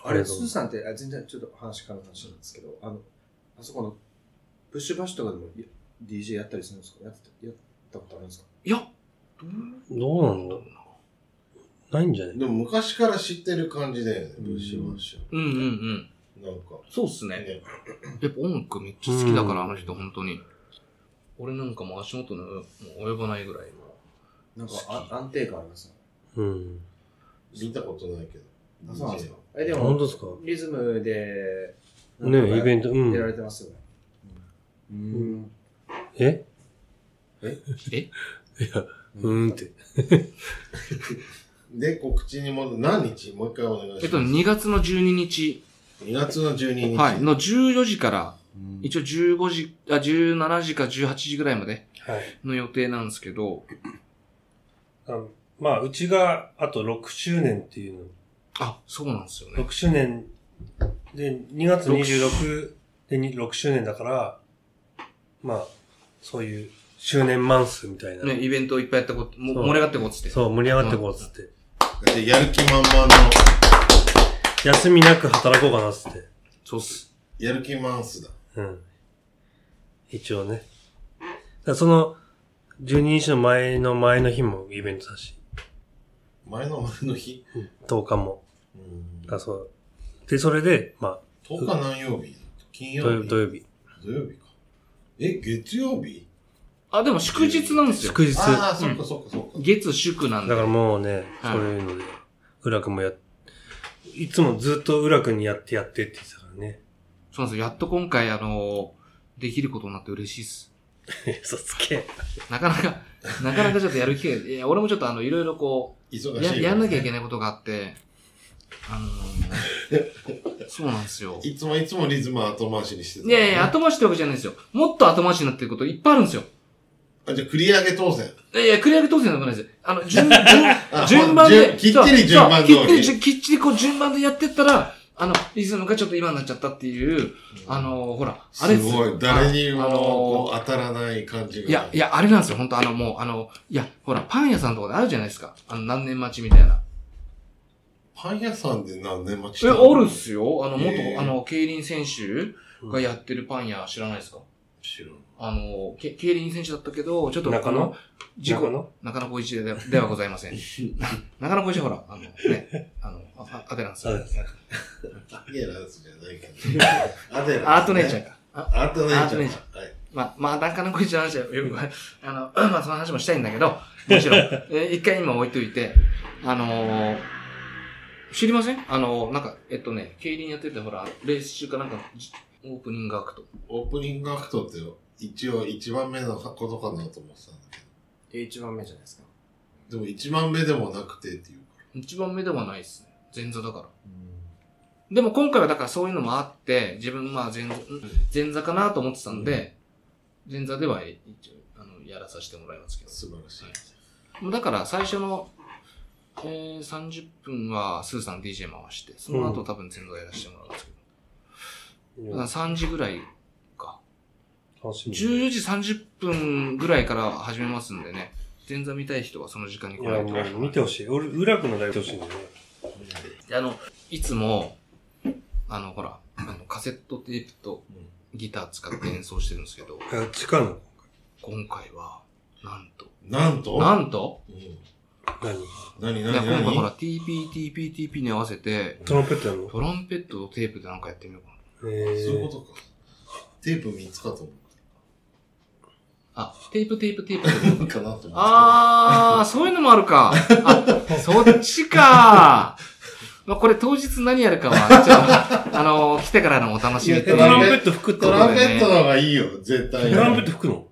Speaker 5: あ
Speaker 1: り
Speaker 5: れ、
Speaker 1: がとう
Speaker 5: スーさんって、あ全然ちょっと話変わる話なんですけど、あの、あそこの、プッシュバッシュとかでもや DJ やったりするんですかやってたやったことあるんですか
Speaker 2: いや、
Speaker 1: どうなんだろうないんじゃない
Speaker 4: でも昔から知ってる感じだよね、ブッシュマッシ
Speaker 2: うんうんうん。
Speaker 4: ュ。なんか。
Speaker 2: そうっすね。
Speaker 4: ね
Speaker 2: やっぱ音楽めっちゃ好きだか
Speaker 1: う
Speaker 2: ら、
Speaker 1: ん
Speaker 2: あの人、本当に。俺なんかもう足元の及ばないぐらいの。
Speaker 5: なんかあ安定感ありますね。
Speaker 1: うん。
Speaker 4: 見たことないけど。
Speaker 5: あそうなんですか
Speaker 4: DJ。
Speaker 5: え、で
Speaker 1: 本
Speaker 5: も、
Speaker 1: 当ですか
Speaker 5: リズムで、
Speaker 1: ねイベン
Speaker 5: ト。
Speaker 1: ト、う
Speaker 5: やら
Speaker 1: ん。
Speaker 5: れてますよね。うん。
Speaker 1: え
Speaker 2: え
Speaker 1: いや、うーんって。
Speaker 4: で、告知に戻る。何日もう一回お願い
Speaker 2: えっ
Speaker 4: し
Speaker 2: と、
Speaker 4: ます。
Speaker 2: 2月の12日、
Speaker 4: 2月の12日。
Speaker 2: はい、の14時から、
Speaker 5: うん
Speaker 2: 一応15時、あ、17時か18時ぐらいまで
Speaker 1: はい。
Speaker 2: の予定なんですけど、
Speaker 1: あのまあ、うちがあと6周年っていうの。
Speaker 2: あ、そうなんですよね。
Speaker 1: 6周年で、2月26でに6周年だから、まあ、そういう周年マンスみたいな。
Speaker 2: ね、イベントをいっぱいやったこと、も
Speaker 1: そう
Speaker 2: 盛り上がってこうっつって。
Speaker 1: そう、盛り上がってこうっつって。
Speaker 4: で、やる気満々の、
Speaker 1: 休みなく働こうかなっつって。
Speaker 2: そうっす。
Speaker 4: やる気マンスだ。
Speaker 1: うん。一応ね。だからその、12日の前の前の日もイベントだし、
Speaker 4: 前の前の日。
Speaker 1: 10日も。
Speaker 4: うん
Speaker 1: だそう。で、それで、ま
Speaker 4: 10日何曜日金
Speaker 1: あ、
Speaker 4: 曜
Speaker 1: 土曜
Speaker 4: 日
Speaker 1: 土曜日。
Speaker 4: 土曜日か。え、月曜日
Speaker 2: あ、でも祝日なんですよ。
Speaker 1: 祝日。
Speaker 4: ああ、そっかそっかそっか。
Speaker 2: 月祝なんで
Speaker 1: だからもうね、
Speaker 2: はい
Speaker 1: そういうので、浦君もやっ、いつもずっと浦君にやってやってって言ってたから ね。
Speaker 2: そうなんですよ。やっと今回、あのーできることになって嬉しいっす。
Speaker 1: 嘘つけ。
Speaker 2: なかなか、 なかなかちょっとやる機会、いや、俺もちょっとあの、いろいろこ
Speaker 4: 忙しいか
Speaker 2: う、
Speaker 4: ら
Speaker 2: や、
Speaker 4: ね。
Speaker 2: やんなきゃいけないことがあって、あのーそうなんですよ。
Speaker 4: いつもいつもリズムは後回しにしてた。
Speaker 2: いやいや、後回しってわけじゃないですよ。もっと後回しになってることいっぱいあるんですよ。
Speaker 4: あ、じゃあ繰り上げ当選。
Speaker 2: いやいや、繰り上げ当選なんかないです。 あの、順、順、順番
Speaker 4: 順
Speaker 2: で。
Speaker 4: きっちり順番通り
Speaker 2: そうきっちり、きっちりこう順番でやってったら、あの、リズムがちょっと今になっちゃったっていう、あの、ほら、あれ
Speaker 4: すごい。誰にも
Speaker 2: あ
Speaker 4: こ
Speaker 2: の
Speaker 4: う当たらない感じが。
Speaker 2: いや、いや、あれなんですよ。本当あの、もう、あの、いや、ほら、パン屋さんとかであるじゃないですか。あの、何年待ちみたいな。
Speaker 4: パン屋さんで何年待ちし
Speaker 2: え、
Speaker 4: たの
Speaker 2: あるっすよ。あの、元、
Speaker 4: へー
Speaker 2: あの、競輪選手がやってるパン屋知らないですか
Speaker 4: 知らん
Speaker 2: あの、け競輪選手だったけど、ちょっと、
Speaker 1: 中野
Speaker 2: あの事故
Speaker 1: 中野
Speaker 2: 中野浩一でではございません。中野浩一はほら、あの、ね、あの、ああアデランス。
Speaker 1: アデランス
Speaker 4: アデランスじゃない けど。アデランスね
Speaker 2: アートネイチャー。か。あ
Speaker 4: アートネイチャー。
Speaker 2: アートネイチャ
Speaker 4: はい。
Speaker 2: まあ、まあ、中野浩一の話はよく、あの、 まあ、その話もしたいんだけど、もちろん、えー一回今置いといて、あのー知りませんあのーなんか、えっとね、競輪やってて、ほら、レース中かなんか、じオープニングアクト。
Speaker 4: オープニングアクトって一応一番目のことかなと思ってたんだけ
Speaker 5: え、一番目じゃないですか。
Speaker 4: ど。でも一番目でもなくてっていうか。
Speaker 2: 一番目ではないですね。前座だから。
Speaker 5: うん
Speaker 2: でも今回はだからそういうのもあって、自分まあ前座、うん前座かなと思ってたんで、前座ではえ一応、あの、やらさせてもらいますけど。
Speaker 4: 素晴らしい。
Speaker 2: もうだから最初の、えー、30分はスーさん DJ 回して、その後多分前座やらせてもらうんですけど、だから3時ぐらいか。
Speaker 1: 楽しみ。
Speaker 2: 14時30分ぐらいから始めますんでね、前座見たい人はその時間に来
Speaker 1: い
Speaker 2: な
Speaker 1: や、
Speaker 2: いと。
Speaker 1: もう見てほしい。俺、浦君のライブ見てほしいんだよね。
Speaker 2: であの、いつも、あの、ほら、あのカセットテープとギター使って演奏してるんですけど、
Speaker 1: あ、近の
Speaker 2: 今回は、なんと、
Speaker 4: なんと
Speaker 2: なんと、
Speaker 4: うん
Speaker 1: 何
Speaker 4: 何
Speaker 2: いや
Speaker 4: 何
Speaker 2: 今回ほ
Speaker 4: 何
Speaker 2: ら TPTPTP に合わせて、
Speaker 1: トランペットやんの
Speaker 2: トランペットとテープでなんかやってみようかな。
Speaker 1: え
Speaker 4: そういうこ
Speaker 1: ー。
Speaker 4: とか。テープ3つかと思
Speaker 2: あ、テープテープテープ テープ。
Speaker 4: うかなと思ってた。
Speaker 2: あー、そういうのもあるか。あ、そっちか。まあ、これ当日何やるかは、 ちょっと、あの、来てからのお楽しみってい
Speaker 1: ト
Speaker 2: う
Speaker 4: いや
Speaker 1: ランペット吹くってこ
Speaker 4: ト
Speaker 1: と
Speaker 4: ランペットの方がいいよ、絶対に。
Speaker 1: トランペット吹くの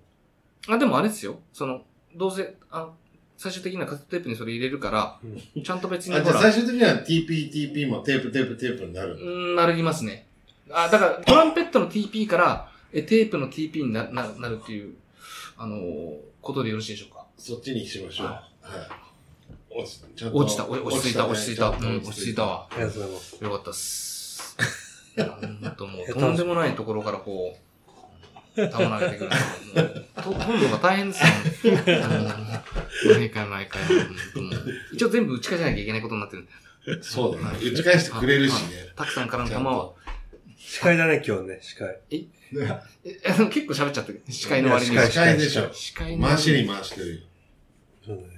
Speaker 2: あ、でもあれですよ。その、どうせ、あ最終的にはカセットテープにそれ入れるから、ちゃんと別にほ
Speaker 4: あ、じゃあ
Speaker 2: ら
Speaker 4: 最、終的には TPTP もテープテープテープにな
Speaker 2: う
Speaker 4: る。
Speaker 2: ん、なりますね。あ、だから、トランペットの TP から、え、テープの TP になななるっていう、あのーことでよろしいでしょうか。
Speaker 4: そっちにしましょう。は。
Speaker 2: はい
Speaker 4: 落ちちゃんと
Speaker 2: 落ちた、お落ち着いた、落ち着いた、
Speaker 4: ね
Speaker 2: うん落ち着いた。
Speaker 4: ゃんと
Speaker 2: わ。
Speaker 1: ありがとうございます。
Speaker 2: よかったっす。いやほんともう、とんでもないところからこう、球投げてくる。もう、と今度が大変ですよ。うん毎回毎回。ほんともう一応全部打ち返さなきゃいけないことになってるんで
Speaker 4: そうだね。打ち返してくれるしね。
Speaker 2: たくさんからの
Speaker 4: ち
Speaker 2: 球
Speaker 4: ゃん
Speaker 2: は
Speaker 4: と。
Speaker 1: 司会だね、今日ね、司会。
Speaker 2: ええ結構喋っちゃって、司会の割に
Speaker 1: いや。
Speaker 4: 司会でしょ。
Speaker 2: 司会の
Speaker 4: 回し
Speaker 2: 割
Speaker 4: に
Speaker 2: に。
Speaker 4: 回してるよ。
Speaker 1: そうだね。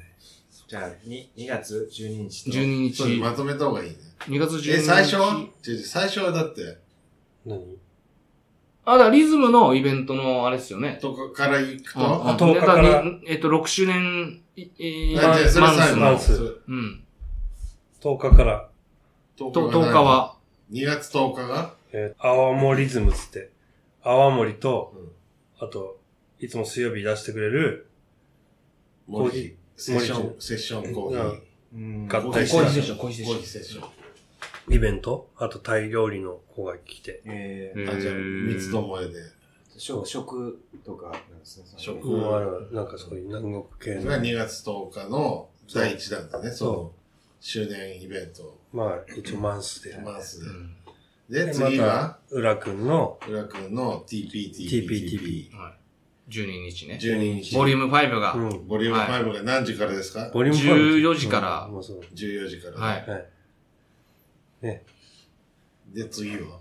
Speaker 5: じゃあ、に2月12日と。
Speaker 2: 12日
Speaker 4: そう、まとめた方がいいね。
Speaker 2: 2月12日。
Speaker 4: え、最初は違う違う最初はだって、
Speaker 1: 何
Speaker 2: あ、だからリズムのイベントのあれですよね。
Speaker 4: とかから行くと、
Speaker 1: あ
Speaker 2: うん
Speaker 1: 10日から
Speaker 2: だらにえっと、6周年、いい
Speaker 4: あじゃあそれ
Speaker 2: マンス
Speaker 4: 最後
Speaker 1: マン
Speaker 2: の。
Speaker 1: ス
Speaker 2: うん。
Speaker 1: 10日から、
Speaker 4: 10
Speaker 2: と10日は、
Speaker 4: 2月10日が
Speaker 1: えー、泡盛リズムつって、泡盛と、あと、いつも水曜日出してくれる、
Speaker 4: コーヒー
Speaker 1: ヒ
Speaker 4: セッション、セッションコーヒ
Speaker 5: うん
Speaker 1: 合体
Speaker 4: ー。
Speaker 1: した
Speaker 2: ョンコーヒーセッション
Speaker 4: コーヒーセッション。
Speaker 1: ーイベント、あとタイ料理の子が来て、
Speaker 5: え
Speaker 2: へ
Speaker 5: ー、
Speaker 2: ー
Speaker 4: あ、じゃあ、三つどもえで。
Speaker 5: 食食とかなんですね。
Speaker 4: 食
Speaker 5: その
Speaker 1: もうある、なんかそういう南国系
Speaker 4: それが
Speaker 1: の、
Speaker 4: 2月10日の第一弾だね、その
Speaker 1: そ
Speaker 4: 周年イベント、
Speaker 1: まあ、一応マンスで。
Speaker 4: マンス
Speaker 2: うん
Speaker 4: で。で、
Speaker 1: で
Speaker 4: 次が、
Speaker 1: 浦くんの、
Speaker 4: 浦君の TPTP
Speaker 1: TPTP。
Speaker 2: はい。12日ね。
Speaker 4: 12日。
Speaker 2: ボリューム5が
Speaker 1: う、ん。
Speaker 4: ボリューム5が何時からですか
Speaker 1: ボリューム5
Speaker 2: 14時から
Speaker 1: うんもうそう。
Speaker 4: ?14 時から。
Speaker 2: はい。
Speaker 1: はい。
Speaker 4: で、次は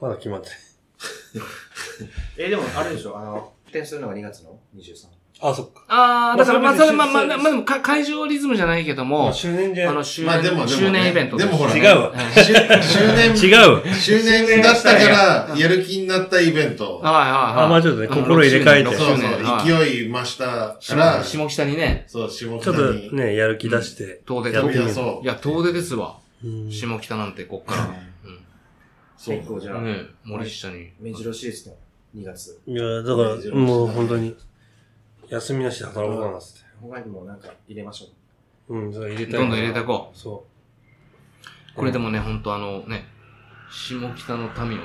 Speaker 1: まだ決まってない。
Speaker 5: えー、でもあれでしょ、あの、転するのが2月の 23?
Speaker 1: あ、そっか。
Speaker 2: あー、だから、ま
Speaker 1: ま
Speaker 2: あ、
Speaker 1: あ
Speaker 2: そ
Speaker 1: そ
Speaker 2: れ、
Speaker 1: れ
Speaker 2: まあ、まあ、
Speaker 1: そう
Speaker 2: ま
Speaker 1: で
Speaker 2: あ、
Speaker 1: す
Speaker 2: でも、か会場リズムじゃないけど
Speaker 1: ま
Speaker 2: も
Speaker 1: あ、、周年じ
Speaker 2: あ
Speaker 1: ゃ、
Speaker 2: の、周
Speaker 4: まあでも
Speaker 2: 年、
Speaker 4: でもね
Speaker 2: 周年イベント
Speaker 4: でもほら
Speaker 1: 違うわ
Speaker 2: はい
Speaker 4: 周 年、
Speaker 1: 違う。
Speaker 4: 周年だったから、やる気になったイベント。
Speaker 2: はいはいはい。
Speaker 1: あまあちょっとね
Speaker 2: の
Speaker 1: 心入れ替えて
Speaker 2: 6
Speaker 4: そう
Speaker 2: 周
Speaker 4: そう、
Speaker 2: 年はい
Speaker 4: 勢い増したか
Speaker 2: 下
Speaker 4: ら、
Speaker 2: 下北にね、
Speaker 4: そう、下
Speaker 1: ちょ
Speaker 4: 北
Speaker 1: っと
Speaker 4: に
Speaker 1: ね、やる気出して。
Speaker 2: 遠出
Speaker 4: や
Speaker 1: っ
Speaker 4: り
Speaker 1: てみ
Speaker 4: 出
Speaker 1: る
Speaker 4: そう
Speaker 2: い。や、遠出ですわ。
Speaker 1: うん
Speaker 2: 下北なんて、こっから。う
Speaker 4: そう
Speaker 5: 結構じゃあ、
Speaker 2: ん。ね森下に。
Speaker 5: 目白シーズン2月。
Speaker 1: いや、だから、もう本当に、休みなしで働こうかなっつって。
Speaker 5: 他にもなんか入れましょう。
Speaker 1: うん、それ入れたいな。
Speaker 2: どんどん入れていこ。
Speaker 1: そう
Speaker 2: これでもね、ほんとあのね、下北の民をね、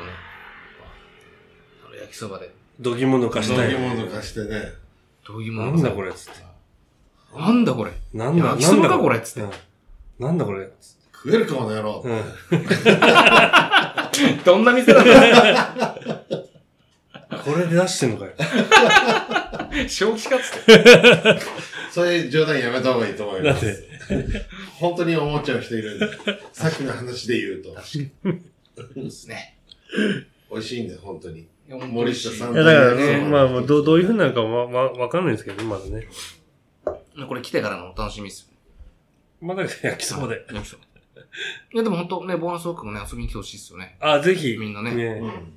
Speaker 2: あの焼きそばで、
Speaker 1: う。度肝抜か
Speaker 4: 貸
Speaker 1: し
Speaker 4: したた
Speaker 1: い。
Speaker 4: い。物貸してね。
Speaker 2: どういうも
Speaker 1: な
Speaker 2: の
Speaker 1: んだこれっつって。
Speaker 2: れ。なんだこれ。
Speaker 1: なんだ、
Speaker 2: 焼きそばか
Speaker 1: なんだ
Speaker 2: これっつって
Speaker 1: うんなんだこれっつって
Speaker 4: 食えるかもの野郎。
Speaker 1: うん。
Speaker 2: どんな店なんだ
Speaker 1: これで出してんのかよ。
Speaker 2: 正気かっつって。
Speaker 4: そういう冗談やめた方がいいと思い
Speaker 1: だ
Speaker 4: ま
Speaker 1: っ
Speaker 4: す。
Speaker 1: て、
Speaker 4: 本当に思っちゃう人いるんで。さっきの話で言うと。
Speaker 2: そうですね。
Speaker 4: 美味しいんだよ、本当に。
Speaker 2: いやほんと
Speaker 4: 森下さん
Speaker 1: いやだから
Speaker 4: ね
Speaker 1: ね、まあまあ、どう、どういう風になるかは、ま、わかんないですけどね、まだね。
Speaker 2: これ来てからのお楽しみっすよ。
Speaker 1: まあだけど焼きそばで。
Speaker 2: よいしょいや、でもほんとね、ボーナスウォークもね、遊びに来てほしいっすよね。
Speaker 1: あ、ぜひ。
Speaker 2: みんなね
Speaker 4: うん。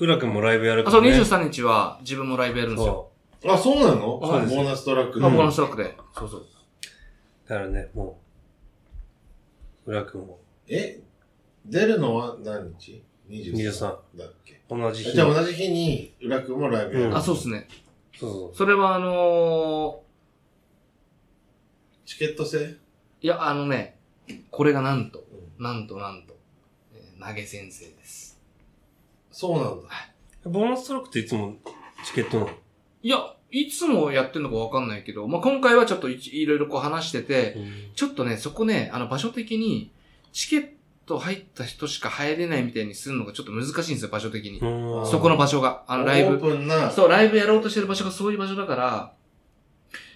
Speaker 1: 浦くんもライブやる
Speaker 2: あ、
Speaker 1: か
Speaker 2: そ
Speaker 1: ら
Speaker 2: う、
Speaker 1: ね。
Speaker 2: 23日は自分もライブやるんですよ。
Speaker 1: そ
Speaker 4: あ、そうなの
Speaker 1: そうです
Speaker 4: ボーナストラック
Speaker 2: まあ、ボーナ
Speaker 4: の。
Speaker 2: スウォークで。そうそう。
Speaker 1: う。だからね、もう、浦くんも、
Speaker 4: え、出るのは何日 ?23
Speaker 1: 23、
Speaker 4: だっけ。
Speaker 1: 同じ日に。
Speaker 4: じゃあ同じ日に、浦君もライブや
Speaker 1: う
Speaker 4: る。
Speaker 1: ん
Speaker 2: あ、そうっすね。
Speaker 1: そうそう
Speaker 2: それはあの
Speaker 4: チケット制
Speaker 2: ー、いや、あのね、これがなんと、なんとなんと、えー投げ先生です。
Speaker 4: そうなんだ。
Speaker 1: ボーナストラックっていつもチケットなの
Speaker 2: いや、いつもやってんのかわかんないけど、まあ、今回はちょっといいろいろこう話してて、ちょっとね、そこね、あの場所的に、チケット入った人しか入れないみたいにするのがちょっと難しいんですよ、場所的に。
Speaker 1: うん
Speaker 2: そこの場所が、あのライ
Speaker 4: オー
Speaker 2: ブ。
Speaker 4: プンな、
Speaker 2: そう、ライブやろうとしてる場所がそういう場所だから、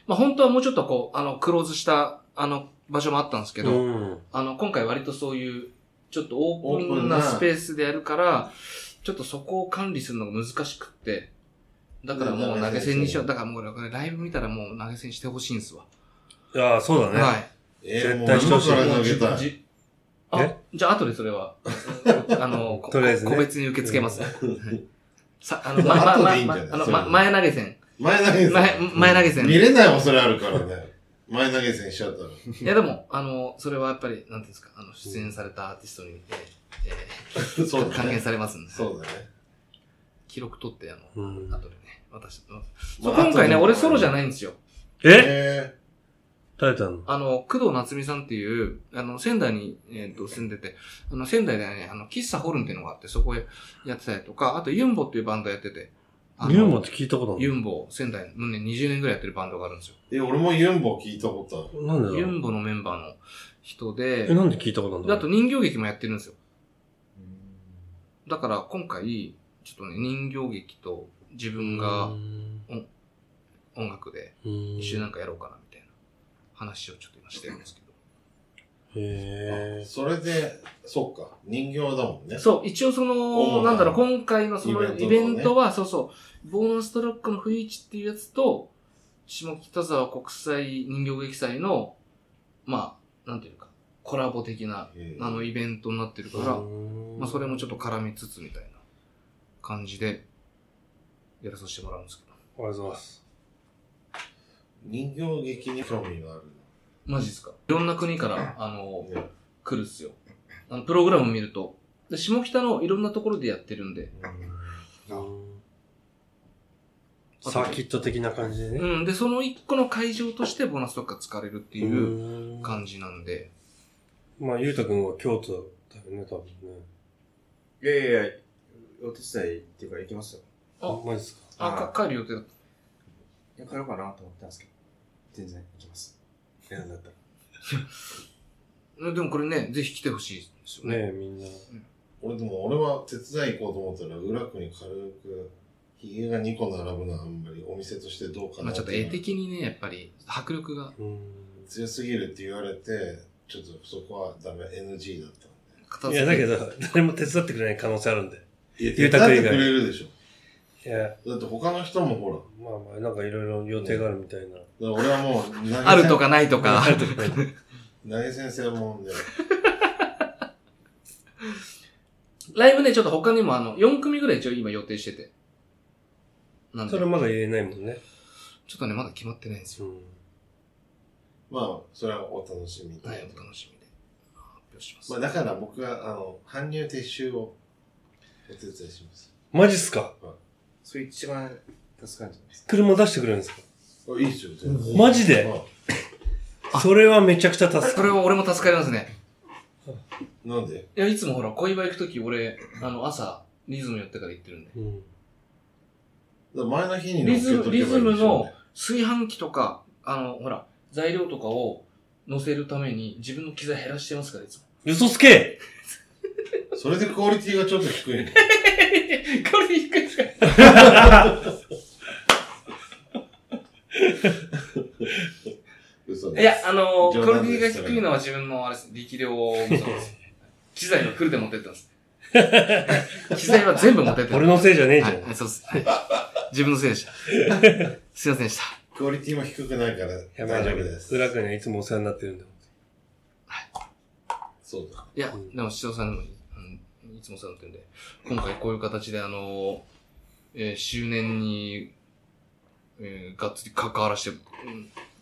Speaker 2: まあ、本当はもうちょっとこう、あの、クローズした、あの、場所もあったんですけど、
Speaker 1: うん
Speaker 2: あの、今回割とそういう、ちょっとオー
Speaker 4: オー
Speaker 2: プ
Speaker 4: プ
Speaker 2: ン
Speaker 4: ン
Speaker 2: な
Speaker 4: な
Speaker 2: スペースでやるから、ちょっとそこを管理するのが難しくって、だからもう投げ銭にしよう。だからもうねライブ見たらもう投げ銭してほしいんですわ。
Speaker 1: いやー、そうだね。
Speaker 2: はい。
Speaker 4: えー、
Speaker 1: 絶
Speaker 4: もう
Speaker 1: 対
Speaker 4: 今
Speaker 1: 一つ
Speaker 4: から投げたい。
Speaker 2: じあ
Speaker 1: え、
Speaker 2: じゃあ後でそれ は、あの、こと
Speaker 1: りあえずね
Speaker 2: 個別に受け付けます。はいさ、あの、
Speaker 4: ま
Speaker 2: ま、
Speaker 4: あ
Speaker 2: ま、
Speaker 4: 後
Speaker 2: ま
Speaker 4: でいいんじゃない
Speaker 2: あの、
Speaker 4: それ
Speaker 2: ま前投げ 銭。
Speaker 4: 前投げ銭。
Speaker 2: 前、前投げ
Speaker 4: 見
Speaker 2: 銭。
Speaker 4: れない恐れあるからね。前投げ銭しちゃったら。
Speaker 2: いやでも、あの、それはやっぱり、なんていうんですか、あの、出演されたアーティストに、えー え
Speaker 4: そう
Speaker 2: ー、還
Speaker 4: だ
Speaker 2: 元
Speaker 4: ね。
Speaker 2: されますんで。
Speaker 4: そうだね。
Speaker 2: 記録取って、あの、
Speaker 1: うん
Speaker 2: 後でね、私、うん
Speaker 4: まあ
Speaker 2: そう今回ね、
Speaker 4: 後で
Speaker 2: 俺ソロじゃないんですよ。
Speaker 1: え
Speaker 4: え
Speaker 1: 誰だの
Speaker 2: あの、工藤夏美さんっていう、あの、仙台に、えっ、と、住んでて、あの、仙台でね、あの、喫茶ホルンっていうのがあって、そこへやってたりとか、あと、ユンボっていうバンドやってて、あの
Speaker 1: ユーモって聞いたことあ
Speaker 2: ユ
Speaker 1: る
Speaker 2: ンボ、仙台、もうね、20年ぐらいやってるバンドがあるんですよ。
Speaker 4: ー、え、俺もユンボ聞いたことある。
Speaker 1: なんで
Speaker 2: ユ
Speaker 1: だろう
Speaker 2: ンボのメンバーの人
Speaker 1: え、
Speaker 2: で、
Speaker 1: なんで聞いたことあるん
Speaker 2: で
Speaker 1: だ
Speaker 2: あ
Speaker 1: ろ
Speaker 2: と
Speaker 1: う
Speaker 2: 人形劇もやってるんですよ。だから、今回、ちょっとね、人形劇と自分が
Speaker 1: うん
Speaker 2: 音楽で
Speaker 1: うん
Speaker 2: 一緒になんかやろうかな、みたいな話をちょっと今してるんですけど。
Speaker 1: へ
Speaker 4: それで、そっか。人形だもんね。
Speaker 2: そう、一応そ
Speaker 4: 主
Speaker 2: の、
Speaker 4: な
Speaker 2: なんだろう、今回のその
Speaker 4: イベントのね
Speaker 2: イベントは、そうそう、ボーナストラックの不一致っていうやつと、下北沢国際人形劇祭の、まあ、なんていうか、コラボ的な、
Speaker 4: えー
Speaker 2: あの、イベントになってる
Speaker 1: ー
Speaker 2: から、まあ、それもちょっと絡みつつみたいな感じで、やらさせてもらうんですけど。
Speaker 1: りがとうございます。
Speaker 4: 人形劇に興味がある
Speaker 2: マジですかいろんな国から、あの、
Speaker 4: ね
Speaker 2: 来るっすよ。あの、プログラム見ると。で下北のいろんなところでやってるんで。
Speaker 1: サーキット的な感じでね。
Speaker 2: うん。で、その一個の会場としてボーナスとか使われるっていう
Speaker 1: う
Speaker 2: 感じなんで。
Speaker 1: じ。まあ、ゆうたくんは京都だよね、多分ね。
Speaker 5: いやいやいや、お手伝いっていうか行きますよ。
Speaker 2: あ
Speaker 1: あ、マジですか。
Speaker 2: あ、か帰る予定だっ
Speaker 5: いや、帰ろうかなと思ったんですけど、全然行きます。選んだったら。
Speaker 2: た。でもこれね、ぜひ来てほしいですよね。
Speaker 1: ねえ、みんな。
Speaker 4: 俺でも俺は手伝い行こうと思ったら裏区に軽くひげが2個並ぶのはあんまりお店としてどうか
Speaker 2: ま
Speaker 4: な
Speaker 2: あちょっと絵的にね、やっぱり迫力が
Speaker 1: うん。
Speaker 4: 強すぎるって言われてちょっとそこはダメ NG だった
Speaker 2: 片
Speaker 1: い
Speaker 2: 付
Speaker 1: や、だけ
Speaker 2: け
Speaker 1: ど、誰も手伝ってくれない可能性あるんで。
Speaker 4: いや
Speaker 1: ゆうたくん以外
Speaker 4: 手伝ってくれるでし
Speaker 1: いや、
Speaker 4: ょだって他の人もほら
Speaker 1: まあまあ、なんかいろいろ予定があるみたいな。
Speaker 4: だから俺はもう投げ
Speaker 2: あるとかないと か。
Speaker 4: 投げ先生もんで
Speaker 2: ライブね、ちょっと他にもあの、4組ぐらい一応今予定してて。なんで、
Speaker 1: そ
Speaker 2: ち
Speaker 1: れ
Speaker 2: ょ
Speaker 1: まだ言えないもんね。
Speaker 2: っとね、まだ決まってないんですよ。
Speaker 1: うん。
Speaker 4: まあそれはお楽しみと
Speaker 2: はい、お楽しみで。発表します。
Speaker 4: まあだから僕はあの搬入撤収をお手伝いします
Speaker 1: マジっすか
Speaker 5: それ一番助かるんじゃないですか。
Speaker 1: 車出してくれるんですか
Speaker 4: あいいっすよ全然
Speaker 1: マジで
Speaker 4: あ
Speaker 1: それはめちゃくちゃ助
Speaker 2: そ
Speaker 1: か
Speaker 2: れ
Speaker 1: る。
Speaker 2: は俺も助かりますね。
Speaker 4: なんで
Speaker 2: いや、いつもほら、恋バ行くとき俺、あの、朝、リズム寄ってから行ってるんで。
Speaker 1: うん。
Speaker 4: だから前の日に乗っ
Speaker 2: リ
Speaker 4: け
Speaker 2: ズム、
Speaker 4: とけばいい
Speaker 2: リ
Speaker 4: でし
Speaker 2: ズ
Speaker 4: ょ
Speaker 2: ムの炊飯器とか、あの、ほら、材料とかを乗せるために自分の機材減らしてますから、いつも。
Speaker 1: 嘘つ け
Speaker 4: それでクオリティがちょっと低いの。
Speaker 2: これ低 いっすか
Speaker 4: 嘘です。
Speaker 2: いや、あの
Speaker 4: 冗
Speaker 2: クオ
Speaker 4: 談
Speaker 2: リティ
Speaker 4: で
Speaker 2: が
Speaker 4: す
Speaker 2: 低いのは自分の、あれです、力量を持ったんです。機材のフルで持ってったんです。 機材は全部持ってっ た
Speaker 1: 俺のせいじゃねえじゃ
Speaker 2: はい、
Speaker 1: ん。
Speaker 2: はい、そうです。はい自分のせいでした。すいませんでした。
Speaker 4: クオリティも低くないから
Speaker 1: や
Speaker 4: 大
Speaker 1: ばい
Speaker 4: 丈
Speaker 1: 丈
Speaker 4: 夫
Speaker 1: 夫
Speaker 4: で。
Speaker 1: ですす。裏くんにはいつもお世話になってるんだ。
Speaker 4: そうだ。
Speaker 2: いや
Speaker 1: う、ん
Speaker 2: でも、視聴さんにも、うんいつもそうなってるんで、今回こういう形で、あのえー周年に、えーがっつり関わらして、うん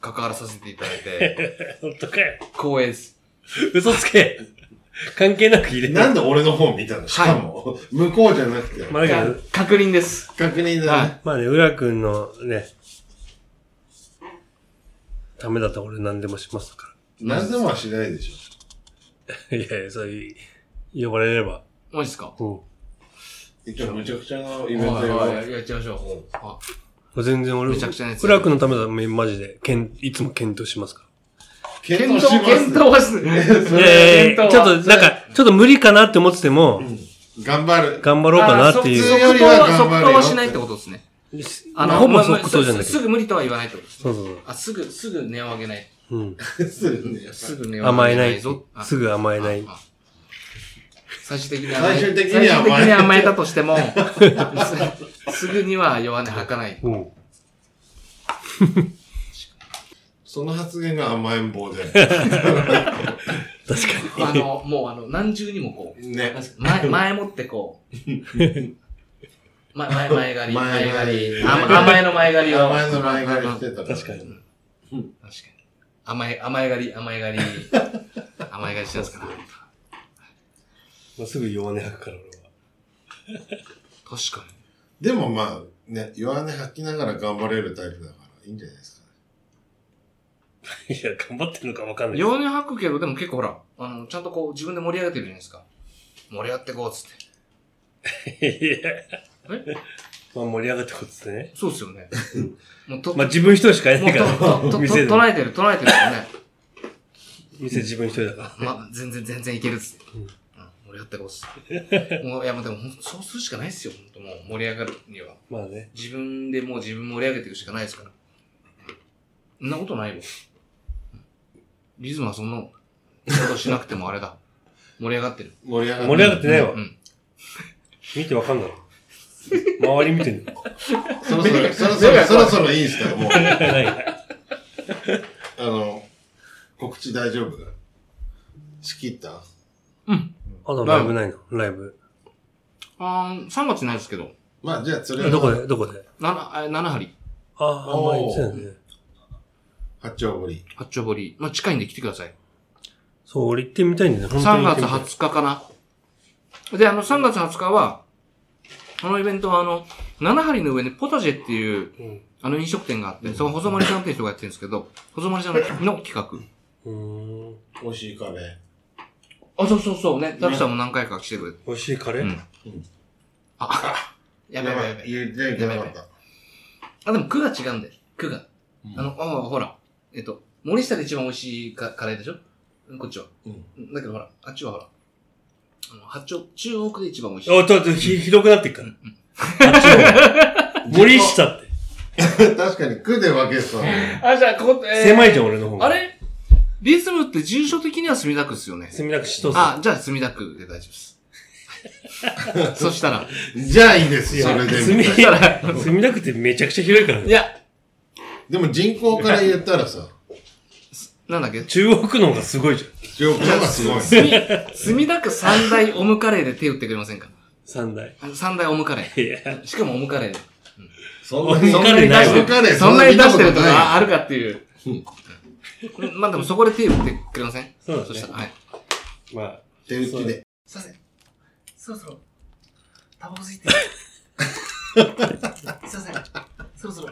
Speaker 2: 関わらさせていただいて、
Speaker 1: 本当かよ。
Speaker 2: 光栄です。
Speaker 1: 嘘つけ 関係なく入れ
Speaker 4: なん
Speaker 1: だ
Speaker 4: で俺の方見たのしかも、向こうじゃなくて、
Speaker 1: まあだけど、
Speaker 2: 確認です。
Speaker 4: 確認だね。
Speaker 1: まあね、浦くんのね、ためだったら俺何でもしますか
Speaker 4: 何でもはしないでしょ。
Speaker 1: ら。 いやいや、そういう、呼ばれれば。
Speaker 2: マジですか
Speaker 1: うん。
Speaker 4: 一応、むちゃくちゃなイ
Speaker 2: イ
Speaker 4: ベントやろう
Speaker 2: やっちゃいましょう。あ
Speaker 1: 全然俺、
Speaker 2: めちゃくちゃなやつ
Speaker 1: 浦くんのためだったらマジで、けん、いつも検討しますか
Speaker 2: 検
Speaker 4: 検討
Speaker 2: 討、
Speaker 4: します。
Speaker 2: 検討はする。
Speaker 1: ら。い
Speaker 2: いや
Speaker 1: や
Speaker 2: い
Speaker 1: い
Speaker 2: や
Speaker 1: や
Speaker 2: い
Speaker 1: い
Speaker 2: や
Speaker 1: や、
Speaker 2: ち
Speaker 1: ち
Speaker 2: ょ
Speaker 1: ょ
Speaker 2: っ
Speaker 1: っ
Speaker 2: と
Speaker 1: と、
Speaker 2: な
Speaker 1: なんん
Speaker 2: か
Speaker 1: か、ちょっと無理かなって思ってても、
Speaker 4: 頑張る。
Speaker 1: 頑張ろうかなって
Speaker 4: 普
Speaker 1: い
Speaker 4: 通
Speaker 1: う。
Speaker 4: よ
Speaker 2: 即
Speaker 4: り
Speaker 2: 答
Speaker 4: は
Speaker 2: は、
Speaker 4: 頑張
Speaker 2: 即
Speaker 4: れよ
Speaker 2: 答はしないってことですね。あの、
Speaker 1: ほぼ
Speaker 2: まあまあ
Speaker 1: 即答じゃない
Speaker 2: す
Speaker 1: け
Speaker 2: す
Speaker 1: ど。
Speaker 2: ぐ無理とは言わないってことですね。
Speaker 1: そうそうそう。
Speaker 2: あ、すぐ、すぐ値を上げない。
Speaker 1: うん。
Speaker 4: するね。
Speaker 2: すぐ値を
Speaker 1: 甘
Speaker 2: 上
Speaker 1: え
Speaker 2: げ
Speaker 1: な
Speaker 2: ないいぞ。。あ
Speaker 1: すぐ甘えない。
Speaker 2: ああ最終的に甘え、
Speaker 4: 最終的には甘え
Speaker 2: 最終的に甘えたと しても、すすぐには弱音吐かない。
Speaker 1: うん。
Speaker 4: その発言が甘えん 坊で。
Speaker 1: 確かに。
Speaker 2: あの、もうあの、何重にもこう、
Speaker 4: ね。
Speaker 2: 前、前もってこ う、ま、前、前借り、
Speaker 4: 前
Speaker 2: 前
Speaker 4: 借
Speaker 2: 借
Speaker 4: り
Speaker 2: り、甘甘えの前借りを。
Speaker 4: 甘えの前借りしてたから。
Speaker 1: 確かに。
Speaker 2: 確かに。甘え、甘え狩り、甘え狩り、甘え狩りしてますから。
Speaker 1: まあ、すぐ弱音吐くから
Speaker 2: 確かに。
Speaker 4: でもまあ、ね、弱音吐きながら頑張れるタイプだから、いいんじゃないですか。
Speaker 1: 俺は。いや、頑張ってるのかわかんないけど。
Speaker 2: 弱音吐くけど、でも結構ほら、あの、ちゃんとこう、自分で盛り上げてるじゃないですか。盛り上がってこう、つ って。
Speaker 1: いやまあ、盛り上がったことですね。
Speaker 2: そうっすよね。もうと、
Speaker 1: まあ、自分一人しかい
Speaker 2: も
Speaker 1: な
Speaker 2: う
Speaker 1: いから。
Speaker 2: と、と、と、
Speaker 1: 店で
Speaker 2: 捉えてる、捉えてるよ ね。
Speaker 1: 店自分一人だから。
Speaker 2: ま、全然、全然いけるっつって。う
Speaker 1: うん
Speaker 2: ん、盛り上がってこうっつって。もう、いや、もうでも、ほんとそうするしかないっすよ、ほんともう、盛り上がるには。
Speaker 1: まあね。
Speaker 2: 自分でもう自分盛り上げていくしかないですから。そんなことないわ。リズムはそんなことしなくてもあれだ。盛り上がってる。
Speaker 4: 盛り上が
Speaker 1: 盛り上がってないわ
Speaker 2: う。ん。
Speaker 1: 見てわかんない。周り見てんの。
Speaker 4: そろそろ、そろ そろ、そろそろいいですから、もう。
Speaker 1: ない
Speaker 4: あの、告知大丈夫仕切っ
Speaker 1: あ
Speaker 4: た
Speaker 1: とライブないのライブ。
Speaker 2: あー3月ないですけど、
Speaker 4: まあ、じゃあ、それ
Speaker 1: どこでどこで
Speaker 2: 7、7針、
Speaker 1: ああ、あんまり言ってないね。
Speaker 4: 八丁堀。
Speaker 2: 八丁堀。まあ、近いんで来てください。
Speaker 1: そう、俺行ってみたいんだよね。
Speaker 2: 3月
Speaker 1: 本
Speaker 2: 20日かな。で、あの、3月20日は、このイベントはあの、7針の上にポタジェっていう、
Speaker 1: 当に行って
Speaker 2: あの飲食店があって、その細丸さんっていう人がやってるんですけど、細丸さんのの企画。
Speaker 1: みたい。うん。うーん。
Speaker 4: 美味しいカレー。
Speaker 2: あ、そうそうそうね。ダルさんも何回か来てくれて。
Speaker 1: 美味しいカレ
Speaker 2: う
Speaker 1: ー
Speaker 2: ん。あ、やべやべやべ。
Speaker 4: 言っていけなかった。
Speaker 2: あ、でも区が違うんだよ。区が。
Speaker 4: うん
Speaker 2: あの、あほら。えっと、森下で一番美味しいカカレーでしょこっちは。
Speaker 4: うん
Speaker 2: だけどほら、あっちはほら。あの、八丁、中央区で一番美味しい。
Speaker 1: お、ちょっとひ、ひどくなってっから。あっちの方 森下って。
Speaker 4: 確かに、区で分けてたの。
Speaker 2: あ、じゃあ、ここ、えー
Speaker 1: 狭いじゃん、俺の方が。
Speaker 2: あれリズムって住所的には墨田区っすよね。
Speaker 1: 墨田区市とさ。
Speaker 2: あ、じゃあ墨田区で大丈夫です。 そしたら、
Speaker 4: じゃあいいですよ、それで
Speaker 1: 墨
Speaker 4: みたいな。
Speaker 1: 田区、墨田区ってめちゃくちゃ広いから
Speaker 2: い
Speaker 1: ね。
Speaker 2: や、
Speaker 4: でも人口から言ったらさ、
Speaker 2: なんだっけ
Speaker 1: 中央区の方がすごいじゃん。
Speaker 4: 人口がすごい。
Speaker 2: 墨、 墨田区三大オムカレーで手打ってくれませんか
Speaker 1: 三大。
Speaker 2: あの三大オムカレ
Speaker 1: いや、
Speaker 2: ー。しかもオムカレーで。
Speaker 4: そ
Speaker 1: んなにそんなに出してる
Speaker 4: カレー
Speaker 2: そんなに出してるとか
Speaker 4: な
Speaker 2: あるかっていう。うんまあでもそこで手打ってくれません
Speaker 1: そうだね
Speaker 2: そしたら、はい。
Speaker 1: まあ、
Speaker 4: い。手打ちで。
Speaker 2: すいません。そろそろ、タバコ吸いて。 すいません。そろそろ。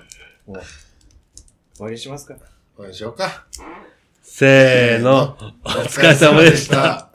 Speaker 5: 終わりにしますか
Speaker 4: これでしょうか。
Speaker 1: せーの、お疲れ様でした。。